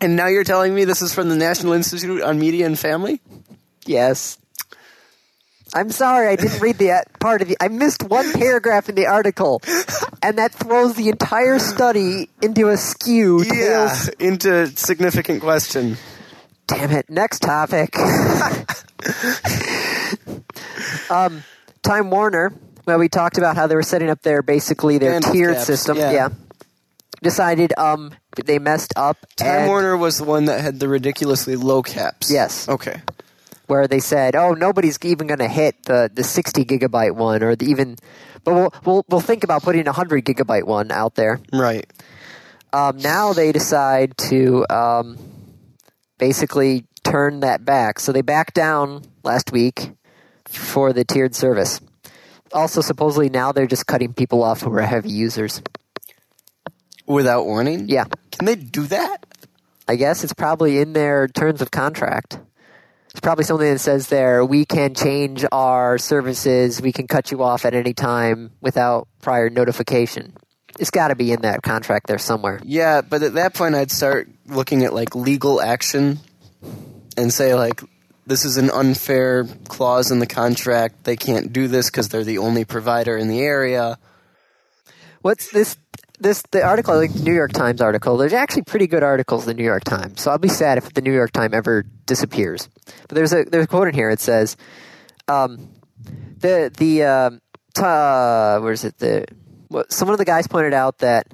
Speaker 2: And now you're telling me this is from the National Institute on Media and Family?
Speaker 1: Yes. I'm sorry, I didn't read the uh, part of the. I missed one paragraph in the article, and that throws the entire study into a skew.
Speaker 2: Yeah, into significant question.
Speaker 1: Damn it. Next topic. um, Time Warner, well, we talked about how they were setting up their basically their
Speaker 2: Bandwidth
Speaker 1: tiered
Speaker 2: caps,
Speaker 1: system.
Speaker 2: yeah.
Speaker 1: Decided um they messed up
Speaker 2: Time
Speaker 1: and-
Speaker 2: Warner was the one that had the ridiculously low caps.
Speaker 1: Yes.
Speaker 2: Okay.
Speaker 1: where they said, "Oh, nobody's even going to hit the the 60 gigabyte one or the even but we'll we'll, we'll think about putting a 100 gigabyte one out there."
Speaker 2: Right.
Speaker 1: um, now they decide to um, basically turn that back. So they backed down last week for the tiered service. Also, supposedly now they're just cutting people off who are heavy users.
Speaker 2: Without warning?
Speaker 1: Yeah,
Speaker 2: Can they do that?
Speaker 1: I guess it's probably in their terms of contract. It's probably something that says there we can change our services, we can cut you off at any time without prior notification. It's got to be in that contract there somewhere.
Speaker 2: Yeah, but at that point, I'd start looking at like legal action and say like, this is an unfair clause in the contract. They can't do this because they're the only provider in the area.
Speaker 1: What's this? This the article, like the New York Times article. There's actually pretty good articles in the New York Times. So I'll be sad if the New York Times ever disappears. But there's a there's a quote in here. It says, um, the the um, t- uh, where is it the what, some of the guys pointed out that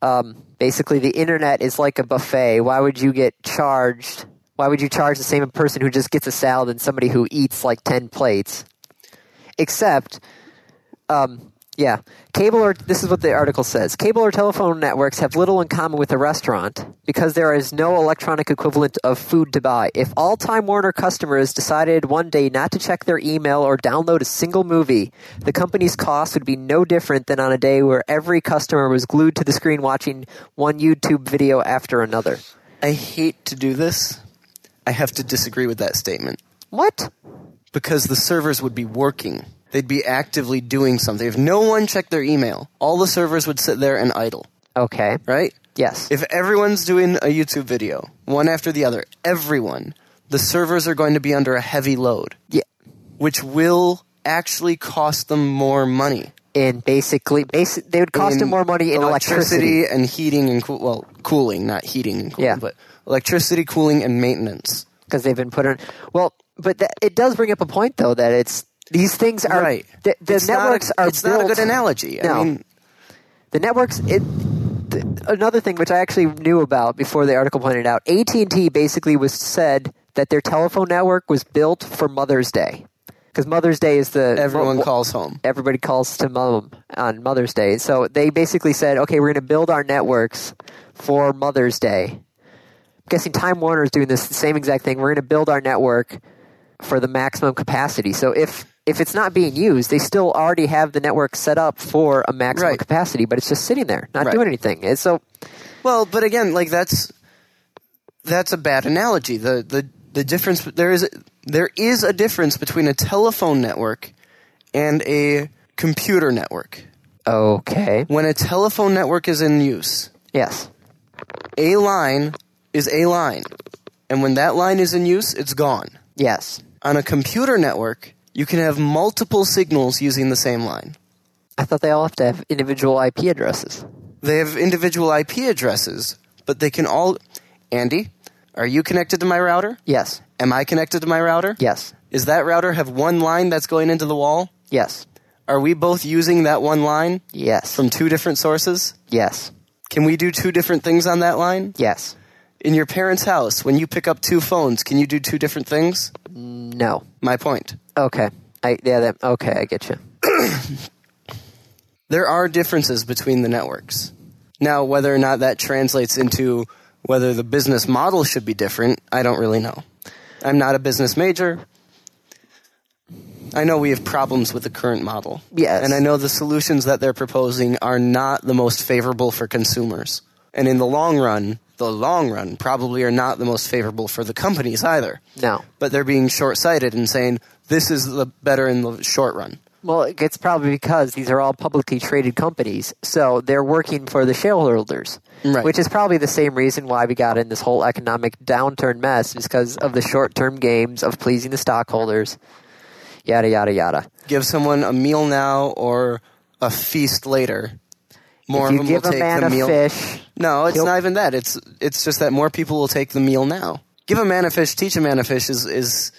Speaker 1: um, basically the internet is like a buffet. Why would you get charged? Why would you charge the same person who just gets a salad than somebody who eats like ten plates? Except um, yeah. Cable or this is what the article says. Cable or telephone networks have little in common with a restaurant because there is no electronic equivalent of food to buy. If all Time Warner customers decided one day not to check their email or download a single movie, the company's cost would be no different than on a day where every customer was glued to the screen watching one YouTube video after another.
Speaker 2: I hate to do this. I have to disagree with that statement
Speaker 1: What?
Speaker 2: because the servers would be working. They'd be actively doing something. If no one checked their email, all the servers would sit there and idle,
Speaker 1: Okay.
Speaker 2: right?
Speaker 1: Yes.
Speaker 2: If everyone's doing a YouTube video, one after the other, everyone, the servers are going to be under a heavy load,
Speaker 1: yeah.
Speaker 2: which will actually cost them more money.
Speaker 1: And basically, basic, they would cost
Speaker 2: In
Speaker 1: them more money in electricity.
Speaker 2: and heating and coo- well, cooling, not heating and cooling,
Speaker 1: Yeah.
Speaker 2: but electricity, cooling, and maintenance.
Speaker 1: because they've been put on. Well, but that, it does bring up a point though that it's these things are
Speaker 2: right.
Speaker 1: The, the
Speaker 2: It's not a-
Speaker 1: networks are
Speaker 2: It's not a
Speaker 1: built-
Speaker 2: good analogy.
Speaker 1: No.
Speaker 2: I mean,
Speaker 1: the networks. It, th- another thing which I actually knew about before the article pointed out, AT and T basically was said that their telephone network was built for Mother's Day because Mother's Day is the
Speaker 2: everyone
Speaker 1: well,
Speaker 2: calls home.
Speaker 1: everybody calls to mom on Mother's Day. So they basically said, okay, we're going to build our networks for Mother's Day. I'm guessing Time Warner is doing this the same exact thing. We're going to build our network for the maximum capacity. So if if it's not being used, they still already have the network set up for a maximum
Speaker 2: Right.
Speaker 1: capacity, but it's just sitting there, not
Speaker 2: Right.
Speaker 1: doing anything. And so
Speaker 2: Well, but again, like that's that's a bad analogy. The the the difference there is there is a difference between a telephone network and a computer network.
Speaker 1: okay,
Speaker 2: When a telephone network is in use,
Speaker 1: yes,
Speaker 2: a line is a line. And when that line is in use, it's gone.
Speaker 1: yes.
Speaker 2: On a computer network, you can have multiple signals using the same line.
Speaker 1: I thought they all have to have individual IP addresses.
Speaker 2: They have individual IP addresses, but they can all Andy, are you connected to my router?
Speaker 1: Yes,
Speaker 2: Am I connected to my router?
Speaker 1: yes,
Speaker 2: Is that router have one line that's going into the wall?
Speaker 1: yes,
Speaker 2: Are we both using that one line
Speaker 1: yes,
Speaker 2: from two different sources?
Speaker 1: yes,
Speaker 2: Can we do two different things on that line?
Speaker 1: yes.
Speaker 2: In your parents' house, when you pick up two phones, can you do two different things?
Speaker 1: No.
Speaker 2: My point.
Speaker 1: Okay. I yeah. That okay. I get you.
Speaker 2: There are differences between the networks. Now, whether or not that translates into whether the business model should be different, I don't really know. I'm not a business major. I know we have problems with the current model.
Speaker 1: Yes.
Speaker 2: And I know the solutions that they're proposing are not the most favorable for consumers. And in the long run, the long run probably are not the most favorable for the companies either.
Speaker 1: No.
Speaker 2: But they're being short sighted and saying this is the better in the short run.
Speaker 1: Well, it's probably because these are all publicly traded companies, so they're working for the shareholders,
Speaker 2: Right.
Speaker 1: which is probably the same reason why we got in this whole economic downturn mess, is because of the short-term games of pleasing the stockholders, yada yada yada.
Speaker 2: Give someone a meal now or a feast later. More
Speaker 1: if you
Speaker 2: of them
Speaker 1: give
Speaker 2: will
Speaker 1: a
Speaker 2: take
Speaker 1: man
Speaker 2: the
Speaker 1: a
Speaker 2: meal.
Speaker 1: fish,
Speaker 2: No, it's
Speaker 1: He'll-
Speaker 2: not even that. It's it's just that more people will take the meal now. Give a man a fish, teach a man a fish is is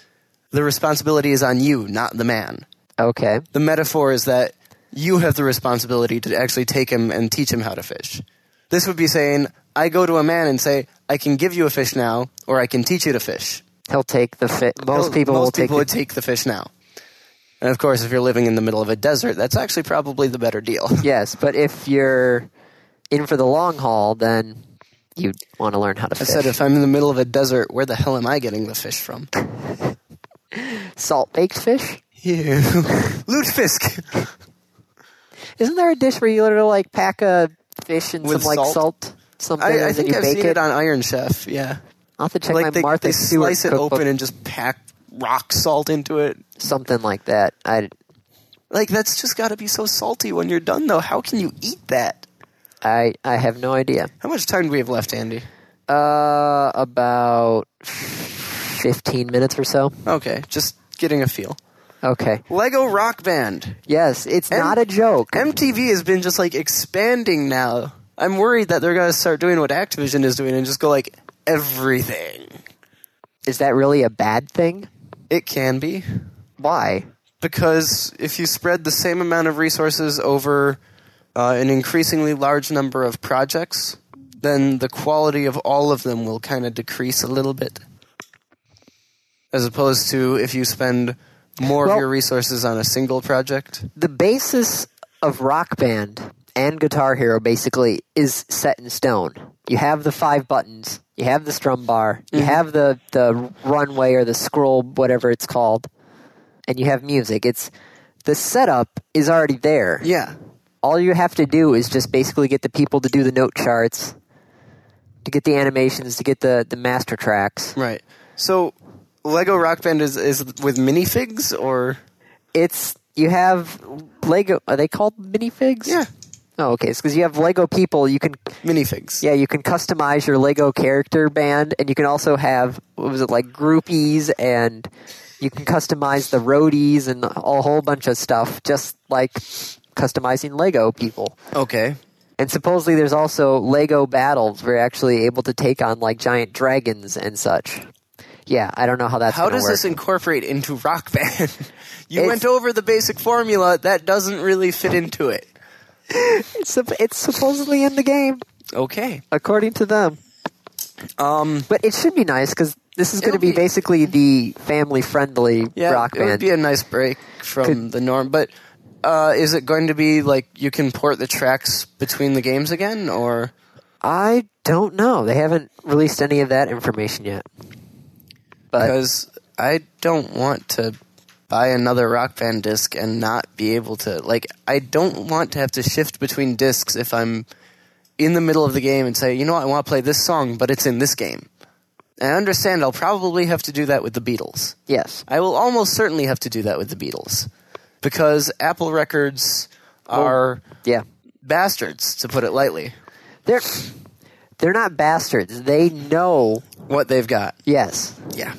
Speaker 2: the responsibility is on you, not the man.
Speaker 1: okay,
Speaker 2: The metaphor is that you have the responsibility to actually take him and teach him how to fish. This would be saying, I go to a man and say, I can give you a fish now, or I can teach you to fish.
Speaker 1: he'll take the fish. Most
Speaker 2: Well,
Speaker 1: people
Speaker 2: most
Speaker 1: will take.
Speaker 2: people
Speaker 1: the-
Speaker 2: would take the fish now. And of course, if you're living in the middle of a desert, that's actually probably the better deal.
Speaker 1: yes, but if you're in for the long haul, then you want to learn how to
Speaker 2: I
Speaker 1: fish.
Speaker 2: said, if I'm in the middle of a desert, where the hell am I getting the fish from?
Speaker 1: Salt baked fish.
Speaker 2: You. Lutefisk.
Speaker 1: Isn't there a dish where you literally like pack a fish and
Speaker 2: With
Speaker 1: some like
Speaker 2: salt?
Speaker 1: salt, something,
Speaker 2: I, I
Speaker 1: and then
Speaker 2: think
Speaker 1: you
Speaker 2: I've
Speaker 1: bake
Speaker 2: seen it.
Speaker 1: it?
Speaker 2: on Iron Chef, yeah.
Speaker 1: I'll have to check my
Speaker 2: like they,
Speaker 1: Martha
Speaker 2: they
Speaker 1: Stewart
Speaker 2: slice it
Speaker 1: cookbook,
Speaker 2: open and just pack rock salt into it.
Speaker 1: something like that. I,
Speaker 2: Like, that's just got to be so salty when you're done, though. How can you eat that?
Speaker 1: I, I have no idea.
Speaker 2: How much time do we have left, Andy?
Speaker 1: Uh, about fifteen minutes or so.
Speaker 2: Okay, just getting a feel.
Speaker 1: Okay.
Speaker 2: Lego Rock Band.
Speaker 1: Yes, it's
Speaker 2: And-
Speaker 1: not a joke.
Speaker 2: MTV has been just like expanding now. I'm worried that they're going to start doing what Activision is doing and just go like everything.
Speaker 1: Is that really a bad thing?
Speaker 2: It can be.
Speaker 1: Why?
Speaker 2: because if you spread the same amount of resources over uh, an increasingly large number of projects, then the quality of all of them will kind of decrease a little bit. As opposed to if you spend more
Speaker 1: Well-
Speaker 2: of your resources on a single project.
Speaker 1: The basis of Rock Band and Guitar Hero basically is set in stone. You have the five buttons, you have the strum bar, you
Speaker 2: Mm-hmm.
Speaker 1: have the, the runway or the scroll, whatever it's called, and you have music. It's the setup is already there.
Speaker 2: Yeah.
Speaker 1: All you have to do is just basically get the people to do the note charts, to get the animations, to get the, the master tracks.
Speaker 2: Right. So Lego Rock Band is, is with minifigs or
Speaker 1: It's you have Lego. Are they called minifigs?
Speaker 2: Yeah.
Speaker 1: Oh, okay. It's because you have Lego people. You can
Speaker 2: minifigs.
Speaker 1: Yeah, you can customize your Lego character band, and you can also have what was it like groupies, and you can customize the roadies and a whole bunch of stuff, just like customizing Lego people.
Speaker 2: Okay.
Speaker 1: And supposedly, there's also Lego battles where you're actually able to take on like giant dragons and such. Yeah, I don't know how that's
Speaker 2: How
Speaker 1: gonna
Speaker 2: does
Speaker 1: work.
Speaker 2: this incorporate into Rock Band? you
Speaker 1: It's-
Speaker 2: went over the basic formula. That doesn't really fit into it. e-
Speaker 1: It's, sup- it's supposedly in the game,
Speaker 2: Okay.
Speaker 1: according to them.
Speaker 2: Um.
Speaker 1: But it should be nice because this is going to
Speaker 2: It'll
Speaker 1: be,
Speaker 2: be-
Speaker 1: basically the family-friendly
Speaker 2: Yeah.
Speaker 1: rock
Speaker 2: It would
Speaker 1: band.
Speaker 2: be a nice break from
Speaker 1: Could-
Speaker 2: the norm, but. Uh, is it going to be like you can port the tracks between the games again, or
Speaker 1: I don't know. They haven't released any of that information yet. But
Speaker 2: because I don't want to buy another Rock Band disc and not be able to like I don't want to have to shift between discs if I'm in the middle of the game and say, you know, what, I want to play this song, but it's in this game. I understand I'll probably have to do that with the Beatles.
Speaker 1: yes,
Speaker 2: I will almost certainly have to do that with the Beatles because Apple Records are
Speaker 1: yeah,
Speaker 2: bastards, to put it lightly.
Speaker 1: they're they're not bastards. They know.
Speaker 2: What they've got,
Speaker 1: Yes,
Speaker 2: yeah,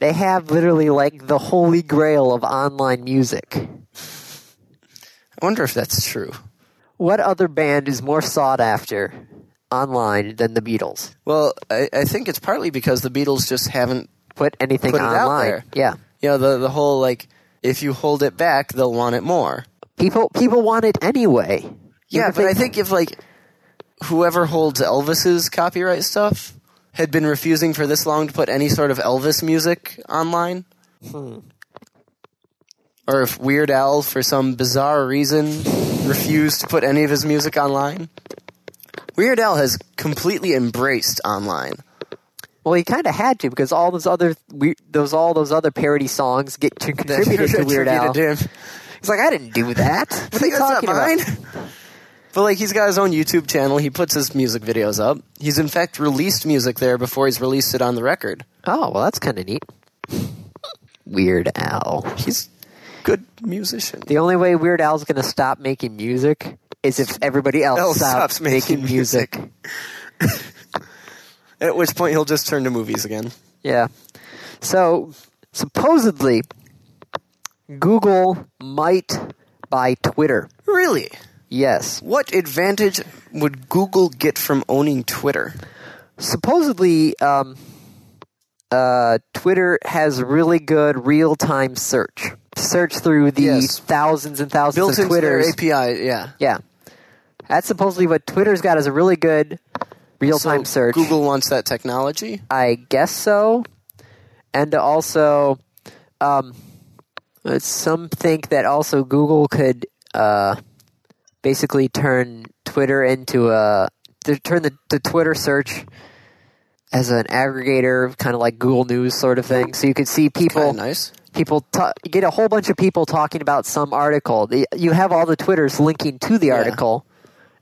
Speaker 1: they have literally like the holy grail of online music.
Speaker 2: I wonder if that's true.
Speaker 1: What other band is more sought after online than the Beatles?
Speaker 2: Well, I, I think it's partly because the Beatles just haven't
Speaker 1: Put anything
Speaker 2: Put it out
Speaker 1: online.
Speaker 2: there.
Speaker 1: Yeah.
Speaker 2: you know the the whole like if you hold it back they'll want it more
Speaker 1: People people want it anyway. Even
Speaker 2: yeah
Speaker 1: if
Speaker 2: but
Speaker 1: they-
Speaker 2: i think if like whoever holds elvis's copyright stuff had been refusing for this long to put any sort of elvis music online
Speaker 1: Hmm.
Speaker 2: or if weird al for some bizarre reason refused to put any of his music online weird al has completely embraced online
Speaker 1: Well, he kind of had to because all those other we, those all those other parody songs get to, contributed to Weird Al.
Speaker 2: Attributed to him.
Speaker 1: He's like, I didn't do that. What are you
Speaker 2: That's not
Speaker 1: talking about?
Speaker 2: mine. But like he's got his own YouTube channel. He puts his music videos up. He's in fact released music there before he's released it on the record.
Speaker 1: Oh, well, that's kind of neat. Weird Al.
Speaker 2: He's good musician.
Speaker 1: The only way Weird Al's going to stop making music is if everybody else,
Speaker 2: Else
Speaker 1: stops,
Speaker 2: stops
Speaker 1: making,
Speaker 2: making
Speaker 1: music.
Speaker 2: At which point he'll just turn to movies again.
Speaker 1: Yeah. So supposedly, Google might buy Twitter.
Speaker 2: Really?
Speaker 1: Yes.
Speaker 2: What advantage would Google get from owning Twitter?
Speaker 1: supposedly um, uh, Twitter has really good real time search. Search through the
Speaker 2: Yes.
Speaker 1: thousands and thousands
Speaker 2: Built
Speaker 1: of
Speaker 2: into their
Speaker 1: Twitters.
Speaker 2: API, yeah.
Speaker 1: yeah, that's supposedly what Twitter's got is a really good real
Speaker 2: So
Speaker 1: time search.
Speaker 2: Google wants that technology.
Speaker 1: I guess so, and to also, um, uh, some think that also Google could uh, basically turn Twitter into a to turn the, the Twitter search as an aggregator, kind of like Google News sort of thing. So you could see
Speaker 2: Kinda
Speaker 1: people
Speaker 2: nice.
Speaker 1: people ta- you get a whole bunch of people talking about some article. The, you have all the Twitters linking to the article,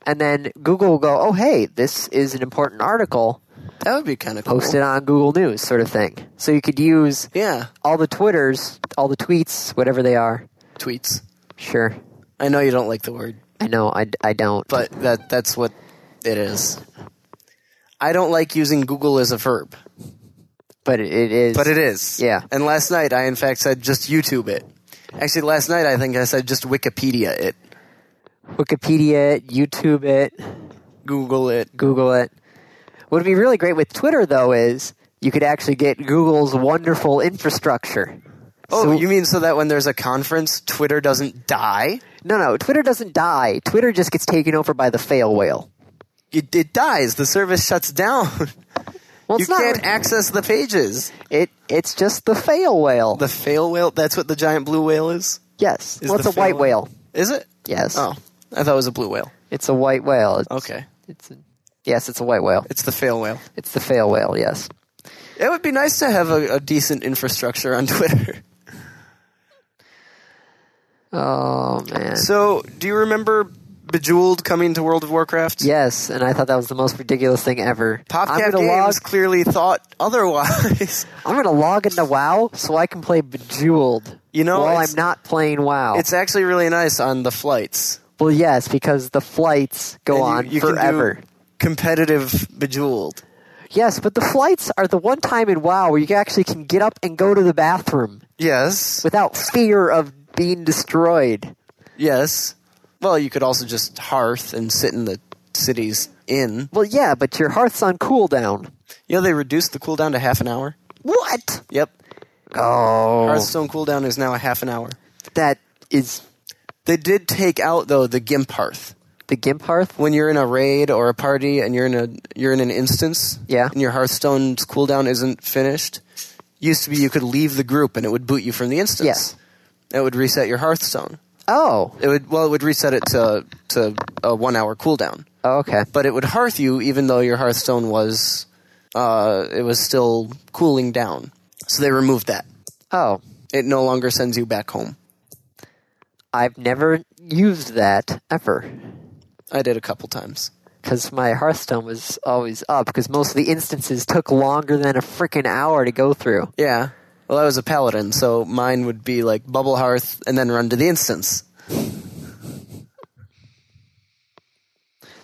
Speaker 1: and then Google will go, "Oh, hey, this is an important article."
Speaker 2: That would be kind of cool.
Speaker 1: post it on Google News, sort of thing. So you could use
Speaker 2: Yeah.
Speaker 1: all the Twitters, all the tweets, whatever they are.
Speaker 2: Tweets.
Speaker 1: Sure.
Speaker 2: I know you don't like the word,
Speaker 1: I know, I, I don't.
Speaker 2: but that that's what it is. I don't like using Google as a verb,
Speaker 1: but it, it is.
Speaker 2: but it is.
Speaker 1: Yeah.
Speaker 2: And last night I in fact said just YouTube it. Actually, last night I think I said just Wikipedia it.
Speaker 1: Wikipedia it, YouTube it,
Speaker 2: Google it.
Speaker 1: Google it. What would be really great with Twitter, though, is you could actually get Google's wonderful infrastructure.
Speaker 2: Oh,
Speaker 1: So-
Speaker 2: you mean so that when there's a conference, Twitter doesn't die?
Speaker 1: No, no, Twitter doesn't die. Twitter just gets taken over by the fail whale.
Speaker 2: It, it dies. The service shuts down.
Speaker 1: Well,
Speaker 2: you
Speaker 1: it's not.
Speaker 2: can't access the pages.
Speaker 1: it, it's just the fail whale.
Speaker 2: The fail whale. That's what the giant blue whale is.
Speaker 1: yes.
Speaker 2: is
Speaker 1: Well, it's a
Speaker 2: the
Speaker 1: white
Speaker 2: fail-
Speaker 1: whale.
Speaker 2: Is it?
Speaker 1: Yes.
Speaker 2: Oh, I thought it was a blue whale.
Speaker 1: It's a white whale. It's-
Speaker 2: Okay,
Speaker 1: It's a, yes, it's a white whale.
Speaker 2: it's the fail whale.
Speaker 1: It's the fail whale. Yes,
Speaker 2: It would be nice to have a, a decent infrastructure on Twitter.
Speaker 1: Oh man.
Speaker 2: So, do you remember Bejeweled coming to World of Warcraft?
Speaker 1: yes, and I thought that was the most ridiculous thing ever. I'm
Speaker 2: PopCap
Speaker 1: gonna log.
Speaker 2: Games clearly thought otherwise.
Speaker 1: I'm gonna log into WoW so I can play Bejeweled.
Speaker 2: You know,
Speaker 1: while
Speaker 2: it's-
Speaker 1: I'm not playing WoW.
Speaker 2: it's actually really nice on the flights.
Speaker 1: well, yes, because the flights go on
Speaker 2: And you- you can do
Speaker 1: forever.
Speaker 2: competitive Bejeweled.
Speaker 1: Yes, but the flights are the one time in WoW where you actually can get up and go to the bathroom
Speaker 2: Yes.
Speaker 1: without fear of being destroyed.
Speaker 2: Yes. Well, you could also just hearth and sit in the city's inn.
Speaker 1: Well, yeah, but your hearth's on cooldown.
Speaker 2: You know, they reduced the cooldown to half an hour.
Speaker 1: What?
Speaker 2: Yep.
Speaker 1: Oh,
Speaker 2: Hearthstone cooldown is now a half an hour.
Speaker 1: that is
Speaker 2: They did take out though the gimp hearth.
Speaker 1: the gimp hearth.
Speaker 2: When you're in a raid or a party and you're in a you're in an instance,
Speaker 1: Yeah.
Speaker 2: and your Hearthstone's cooldown isn't finished. Used to be you could leave the group and it would boot you from the instance.
Speaker 1: Yes.
Speaker 2: It would reset your Hearthstone.
Speaker 1: Oh,
Speaker 2: It would well it would reset it to to a one hour cooldown.
Speaker 1: Oh, okay.
Speaker 2: But it would hearth you even though your Hearthstone was uh it was still cooling down. So they removed that.
Speaker 1: Oh,
Speaker 2: It no longer sends you back home.
Speaker 1: I've never used that ever
Speaker 2: I did a couple times.
Speaker 1: because my Hearthstone was always up because most of the instances took longer than a freaking hour to go through.
Speaker 2: Yeah. Well, I was a paladin, so mine would be like bubble hearth and then run to the instance.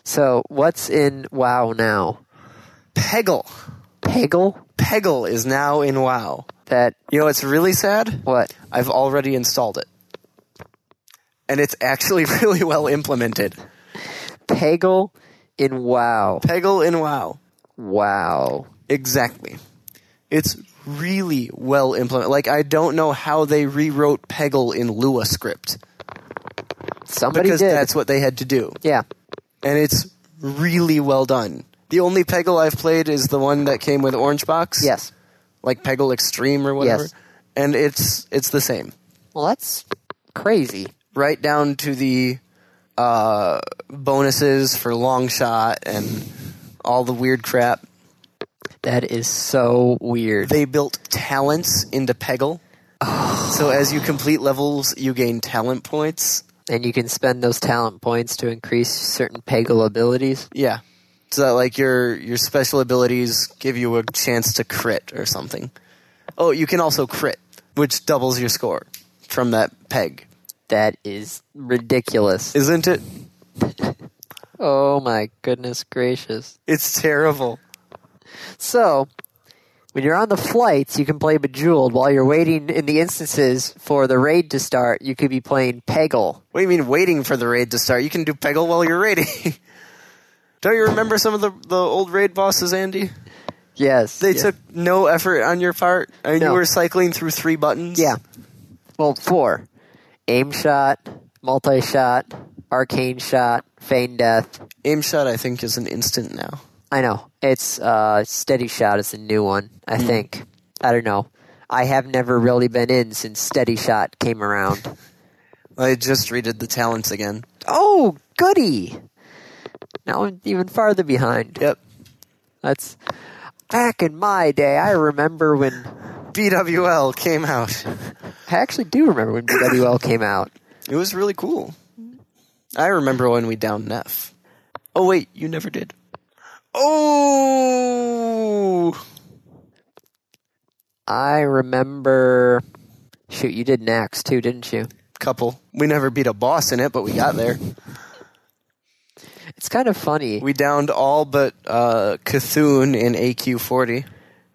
Speaker 1: So what's in WoW now?
Speaker 2: Peggle.
Speaker 1: Peggle?
Speaker 2: Peggle is now in WoW.
Speaker 1: That
Speaker 2: You know what's really sad?
Speaker 1: what?
Speaker 2: I've already installed it. And it's actually really well implemented.
Speaker 1: Peggle in WoW.
Speaker 2: Peggle in WoW.
Speaker 1: Wow.
Speaker 2: Exactly. It's really well implemented. Like, I don't know how they rewrote Peggle in Lua script.
Speaker 1: Somebody
Speaker 2: Because
Speaker 1: did.
Speaker 2: that's what they had to do.
Speaker 1: yeah.
Speaker 2: and it's really well done. The only Peggle I've played is the one that came with Orange Box.
Speaker 1: Yes.
Speaker 2: Like Peggle Extreme or whatever.
Speaker 1: Yes.
Speaker 2: And it's it's the same.
Speaker 1: Well, that's crazy.
Speaker 2: Right down to the uh, bonuses for long shot and all the weird crap.
Speaker 1: That is so weird.
Speaker 2: They built talents into Peggle. So as you complete levels, you gain talent points.
Speaker 1: and you can spend those talent points to increase certain Peggle abilities.
Speaker 2: Yeah. So that like your your special abilities give you a chance to crit or something. Oh, you can also crit, which doubles your score. from that peg.
Speaker 1: That is ridiculous.
Speaker 2: Isn't it?
Speaker 1: Oh my goodness gracious.
Speaker 2: It's terrible.
Speaker 1: So, when you're on the flights, you can play Bejeweled. While you're waiting in the instances for the raid to start, you could be playing Peggle.
Speaker 2: What do you mean waiting for the raid to start? You can do Peggle while you're raiding. Don't you remember some of the, the old raid bosses, Andy?
Speaker 1: Yes.
Speaker 2: They
Speaker 1: yeah.
Speaker 2: took no effort on your part. I mean,
Speaker 1: No.
Speaker 2: you were cycling through three buttons.
Speaker 1: Yeah. Well, four. Aim shot, multi shot, arcane shot, feign death.
Speaker 2: Aim shot, I think, is an instant now.
Speaker 1: I know. It's uh, steady shot is the new one, I think. I don't know. I have never really been in since steady shot came around.
Speaker 2: I just redid the talents again.
Speaker 1: Oh, goody! Now I'm even farther behind.
Speaker 2: Yep.
Speaker 1: That's back in my day. I remember when
Speaker 2: BWL came out.
Speaker 1: I actually do remember when BWL came out.
Speaker 2: It was really cool. I remember when we downed Neff. Oh wait, you never did. Oh,
Speaker 1: I remember. Shoot, you did Nax too, didn't you?
Speaker 2: couple. We never beat a boss in it, but we got there.
Speaker 1: It's kind of funny.
Speaker 2: We downed all but uh, Cthulhu in AQ40.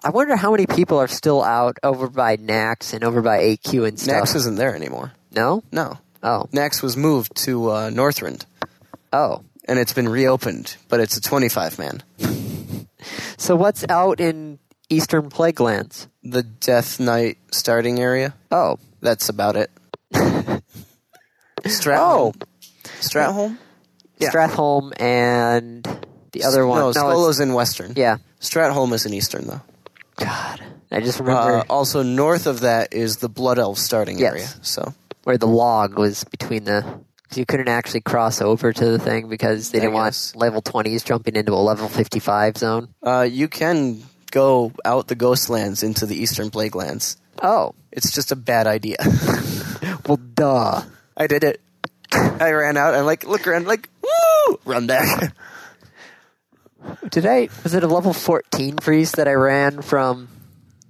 Speaker 1: I wonder how many people are still out over by Nax and over by AQ and stuff.
Speaker 2: Nax isn't there anymore.
Speaker 1: no?
Speaker 2: No,
Speaker 1: Oh.
Speaker 2: Nax was moved to uh, Northrend,
Speaker 1: Oh.
Speaker 2: and it's been reopened, but it's a 25 man.
Speaker 1: So what's out in Eastern Plaguelands?
Speaker 2: The Death Knight starting area.
Speaker 1: Oh.
Speaker 2: That's about it.
Speaker 1: Oh.
Speaker 2: Stratholm. Stratholm. Yeah.
Speaker 1: Stratholm and the other one.
Speaker 2: No,
Speaker 1: it's-
Speaker 2: Skolo's in Western.
Speaker 1: yeah.
Speaker 2: Stratholm is in Eastern, though.
Speaker 1: God. I just remember
Speaker 2: Uh, also, north of that is the Blood Elf starting
Speaker 1: Yes.
Speaker 2: area. So
Speaker 1: where the log was between the. 'cause you couldn't actually cross over to the thing because they
Speaker 2: I
Speaker 1: didn't want
Speaker 2: guess.
Speaker 1: level 20s jumping into a level 55 zone.
Speaker 2: uh, you can go out the Ghostlands into the Eastern Plague Lands.
Speaker 1: Oh.
Speaker 2: It's just a bad idea.
Speaker 1: Well, duh.
Speaker 2: I did it. I ran out. I'm like, look around, like, woo! Run back.
Speaker 1: Did I. Was it a level 14 freeze that I ran from.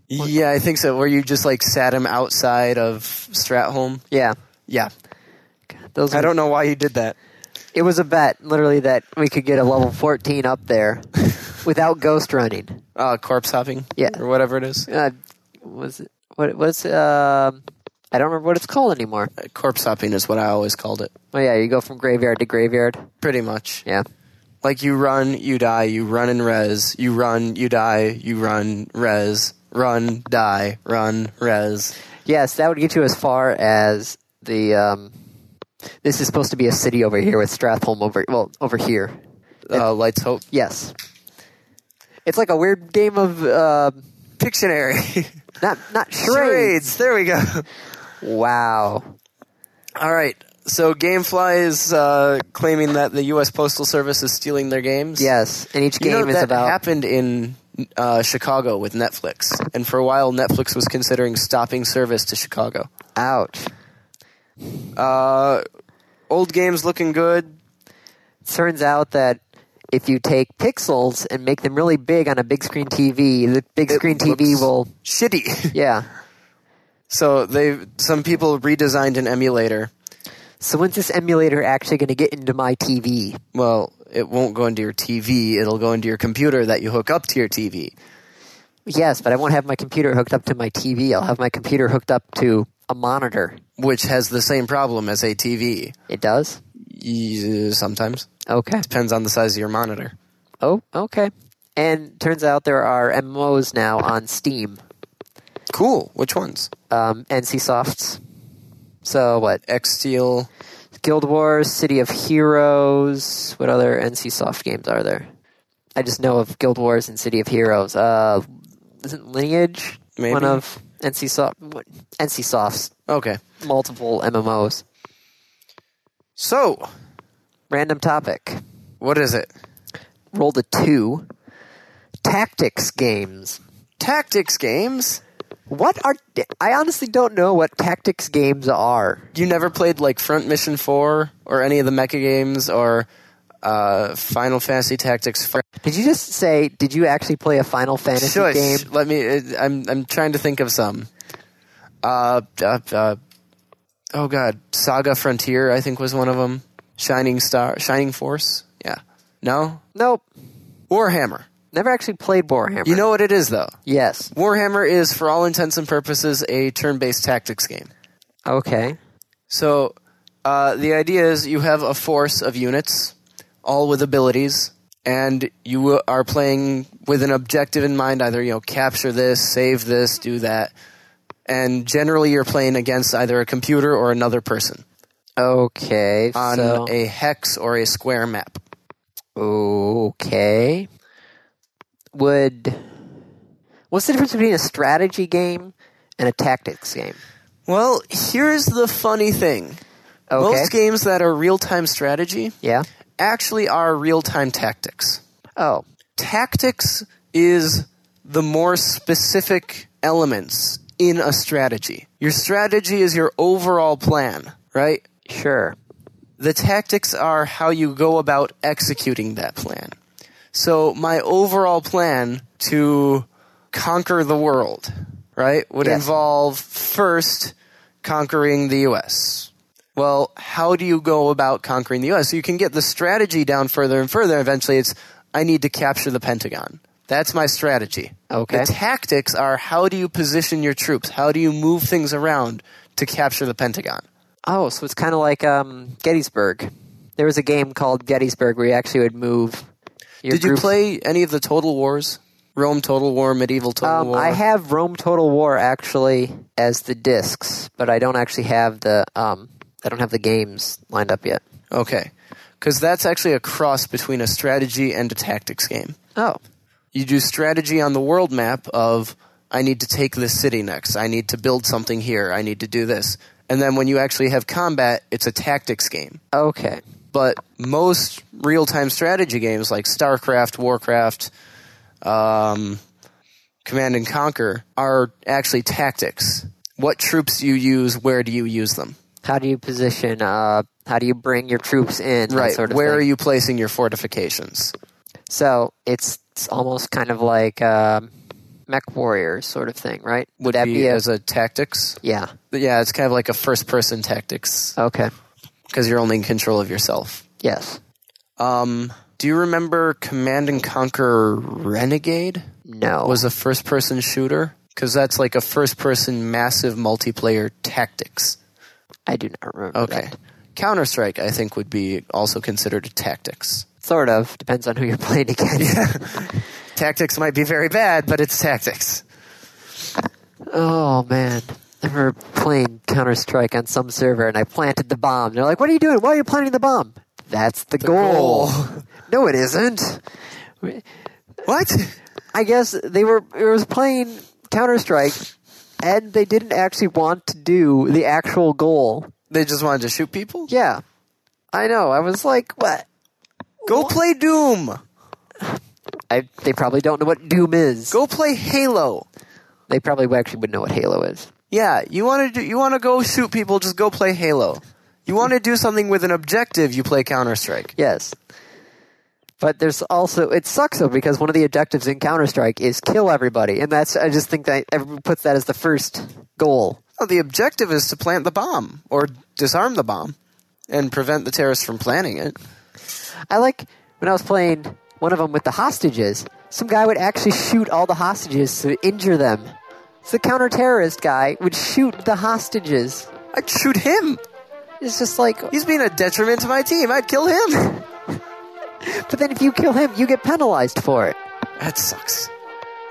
Speaker 2: yeah, I think so. Where you just like sat him outside of Stratholm.
Speaker 1: Yeah.
Speaker 2: Yeah,
Speaker 1: Those
Speaker 2: I
Speaker 1: were-
Speaker 2: don't know why you did that.
Speaker 1: It was a bet, literally, that we could get a level 14 up there without ghost running.
Speaker 2: Uh, corpse hopping.
Speaker 1: Yeah.
Speaker 2: or whatever it is.
Speaker 1: Uh, was it what was um? I don't remember what it's called anymore.
Speaker 2: Uh, corpse hopping is what I always called it.
Speaker 1: Oh yeah, you go from graveyard to graveyard.
Speaker 2: Pretty much.
Speaker 1: Yeah,
Speaker 2: Like you run, you die, you run and res, you run, you die, you run, res, run, die, run, res.
Speaker 1: yes, that would get you as far as the um. This is supposed to be a city over here with Strathholm over well over here.
Speaker 2: Uh, Lights Hope.
Speaker 1: Yes, it's like a weird game of uh,
Speaker 2: Pictionary.
Speaker 1: not not charades.
Speaker 2: Charades. There we go.
Speaker 1: Wow.
Speaker 2: All right. So Gamefly is uh, claiming that the U.S. Postal Service is stealing their games.
Speaker 1: Yes, and each
Speaker 2: You
Speaker 1: game
Speaker 2: know,
Speaker 1: is
Speaker 2: that
Speaker 1: about
Speaker 2: happened in uh, Chicago with Netflix, and for a while Netflix was considering stopping service to Chicago.
Speaker 1: ouch.
Speaker 2: Uh, old games looking good.
Speaker 1: turns out that if you take pixels and make them really big on a big screen TV, the big
Speaker 2: It
Speaker 1: screen TV
Speaker 2: looks
Speaker 1: will
Speaker 2: Shitty.
Speaker 1: yeah.
Speaker 2: So they some people redesigned an emulator.
Speaker 1: So when's this emulator actually going to get into my TV?
Speaker 2: Well, it won't go into your TV. It'll go into your computer that you hook up to your TV.
Speaker 1: Yes, but I won't have my computer hooked up to my TV. I'll have my computer hooked up to a monitor.
Speaker 2: Which has the same problem as a TV.
Speaker 1: It does.
Speaker 2: Y- Sometimes
Speaker 1: Okay.
Speaker 2: depends on the size of your monitor.
Speaker 1: Oh, okay. And turns out there are MMOs now on Steam,
Speaker 2: Cool. Which ones?
Speaker 1: um, NCSofts. So what?
Speaker 2: Xsteel.
Speaker 1: Guild Wars, City of Heroes. What other NCSoft games are there? I just know of Guild Wars and City of Heroes. Uh, isn't Lineage
Speaker 2: Maybe.
Speaker 1: one of NCSoft what- NCSoft's
Speaker 2: Okay.
Speaker 1: multiple MMOs?
Speaker 2: So
Speaker 1: Random topic.
Speaker 2: what is it?
Speaker 1: Roll the two. Tactics games.
Speaker 2: Tactics games.
Speaker 1: What are? I honestly don't know what tactics games are.
Speaker 2: You never played like Front Mission Four or any of the mecha games or uh, Final Fantasy Tactics. Fr-
Speaker 1: Did you just say? Did you actually play a Final Fantasy
Speaker 2: Shush.
Speaker 1: game?
Speaker 2: Let me. I'm I'm trying to think of some. Uh, uh, uh, oh god, Saga Frontier, I think was one of them. Shining Star, Shining Force, yeah. No,
Speaker 1: Nope.
Speaker 2: Warhammer.
Speaker 1: Never actually played Warhammer.
Speaker 2: You know what it is though.
Speaker 1: Yes.
Speaker 2: Warhammer is, for all intents and purposes, a turn-based tactics game.
Speaker 1: Okay.
Speaker 2: So uh, the idea is you have a force of units, all with abilities, and you are playing with an objective in mind. Either you know capture this, save this, do that, and generally you're playing against either a computer or another person
Speaker 1: Okay.
Speaker 2: on
Speaker 1: so,
Speaker 2: a hex or a square map.
Speaker 1: okay. Would what's the difference between a strategy game and a tactics game?
Speaker 2: Well, here's the funny thing:
Speaker 1: Okay.
Speaker 2: most games that are real-time strategy
Speaker 1: yeah.
Speaker 2: actually are real-time tactics.
Speaker 1: Oh.
Speaker 2: tactics is the more specific elements in a strategy. Your strategy is your overall plan, right?
Speaker 1: Sure.
Speaker 2: The tactics are how you go about executing that plan. So, my overall plan to conquer the world, right, would
Speaker 1: Yes.
Speaker 2: involve first conquering the US. Well, how do you go about conquering the US? So you can get the strategy down further and further. Eventually, it's I need to capture the Pentagon. That's my strategy.
Speaker 1: Okay.
Speaker 2: The tactics are how do you position your troops? How do you move things around to capture the Pentagon?
Speaker 1: Oh, so it's kind of like um, Gettysburg. There was a game called Gettysburg where you actually would move. Your
Speaker 2: Did you
Speaker 1: groups-
Speaker 2: play any of the Total Wars? Rome Total War, Medieval Total
Speaker 1: Um,
Speaker 2: War?
Speaker 1: I have Rome Total War actually as the discs, but I don't actually have the um, I don't have the games lined up yet.
Speaker 2: Okay. Because that's actually a cross between a strategy and a tactics game.
Speaker 1: Oh,
Speaker 2: You do strategy on the world map of, I need to take this city next. I need to build something here. I need to do this. And then when you actually have combat, it's a tactics game.
Speaker 1: okay,
Speaker 2: But most real time strategy games like StarCraft, Warcraft, um, Command and Conquer are actually tactics. What troops you use, where do you use them?
Speaker 1: how do you position? Uh, how do you bring your troops in? that
Speaker 2: Right.
Speaker 1: Sort of
Speaker 2: where
Speaker 1: thing.
Speaker 2: are you placing your fortifications?
Speaker 1: So it's, it's almost kind of like um, Mech Warriors sort of thing, right?
Speaker 2: would
Speaker 1: that
Speaker 2: be,
Speaker 1: a,
Speaker 2: as a tactics.
Speaker 1: yeah?
Speaker 2: Yeah, it's kind of like a first person tactics
Speaker 1: Okay.
Speaker 2: because you're only in control of yourself.
Speaker 1: Yes.
Speaker 2: Um, do you remember Command and Conquer Renegade
Speaker 1: No.
Speaker 2: was a first person shooter? Because that's like a first person massive multiplayer tactics.
Speaker 1: I do not remember.
Speaker 2: Okay.
Speaker 1: that.
Speaker 2: Counter Strike, I think, would be also considered tactics.
Speaker 1: Sort of depends on who you're playing against.
Speaker 2: Tactics might be very bad, but it's tactics.
Speaker 1: Oh man. I remember playing Counter Strike on some server and I planted the bomb. They're like, What are you doing? Why are you planting the bomb? That's the, goal. no, it isn't.
Speaker 2: What?
Speaker 1: I guess they were it was playing Counter Strike and they didn't actually want to do the actual goal.
Speaker 2: They just wanted to shoot people?
Speaker 1: Yeah. I know. I was like, what?
Speaker 2: Go play Doom.
Speaker 1: I, they probably don't know what Doom is.
Speaker 2: Go play Halo.
Speaker 1: They probably actually would know what Halo is.
Speaker 2: Yeah, you want to do, you want to go shoot people, just go play Halo. You want to do something with an objective, you play Counter Strike.
Speaker 1: Yes. But there's also it sucks though because one of the objectives in Counter Strike is kill everybody, and that's I just think that everyone puts that as the first goal.
Speaker 2: No, the objective is to plant the bomb or disarm the bomb and prevent the terrorists from planting it.
Speaker 1: I like when I was playing one of them with the hostages. Some guy would actually shoot all the hostages to injure them. So the counter terrorist guy would shoot the hostages.
Speaker 2: I'd shoot him.
Speaker 1: It's just like,
Speaker 2: He's being a detriment to my team. I'd kill him.
Speaker 1: but then if you kill him, you get penalized for it.
Speaker 2: That sucks.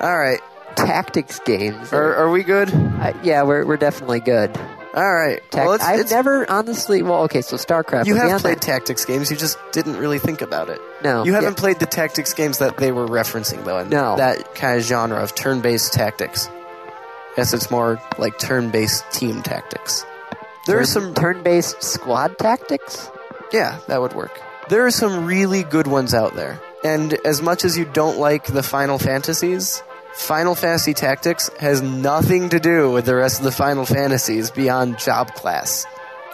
Speaker 2: All right,
Speaker 1: Tactics games.
Speaker 2: are, are we good?
Speaker 1: I- yeah, we're, we're definitely good.
Speaker 2: All right.
Speaker 1: Tac-
Speaker 2: well, it's,
Speaker 1: I've
Speaker 2: it's-
Speaker 1: never honestly. Well, okay, so StarCraft.
Speaker 2: you
Speaker 1: but
Speaker 2: have
Speaker 1: beyond
Speaker 2: played
Speaker 1: that-
Speaker 2: tactics games. You just didn't really think about it.
Speaker 1: No,
Speaker 2: You
Speaker 1: yeah.
Speaker 2: haven't played the tactics games that they were referencing though, and
Speaker 1: No.
Speaker 2: that kind of genre of turn-based tactics. Yes, it's more like turn-based team tactics. There are some,
Speaker 1: turn-based squad tactics.
Speaker 2: yeah, that would work. There are some really good ones out there, and as much as you don't like the Final Fantasies, Final Fantasy Tactics has nothing to do with the rest of the Final Fantasies beyond job class.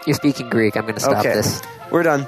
Speaker 1: You're speaking Greek. I'm going to stop
Speaker 2: okay,
Speaker 1: this.
Speaker 2: we're done.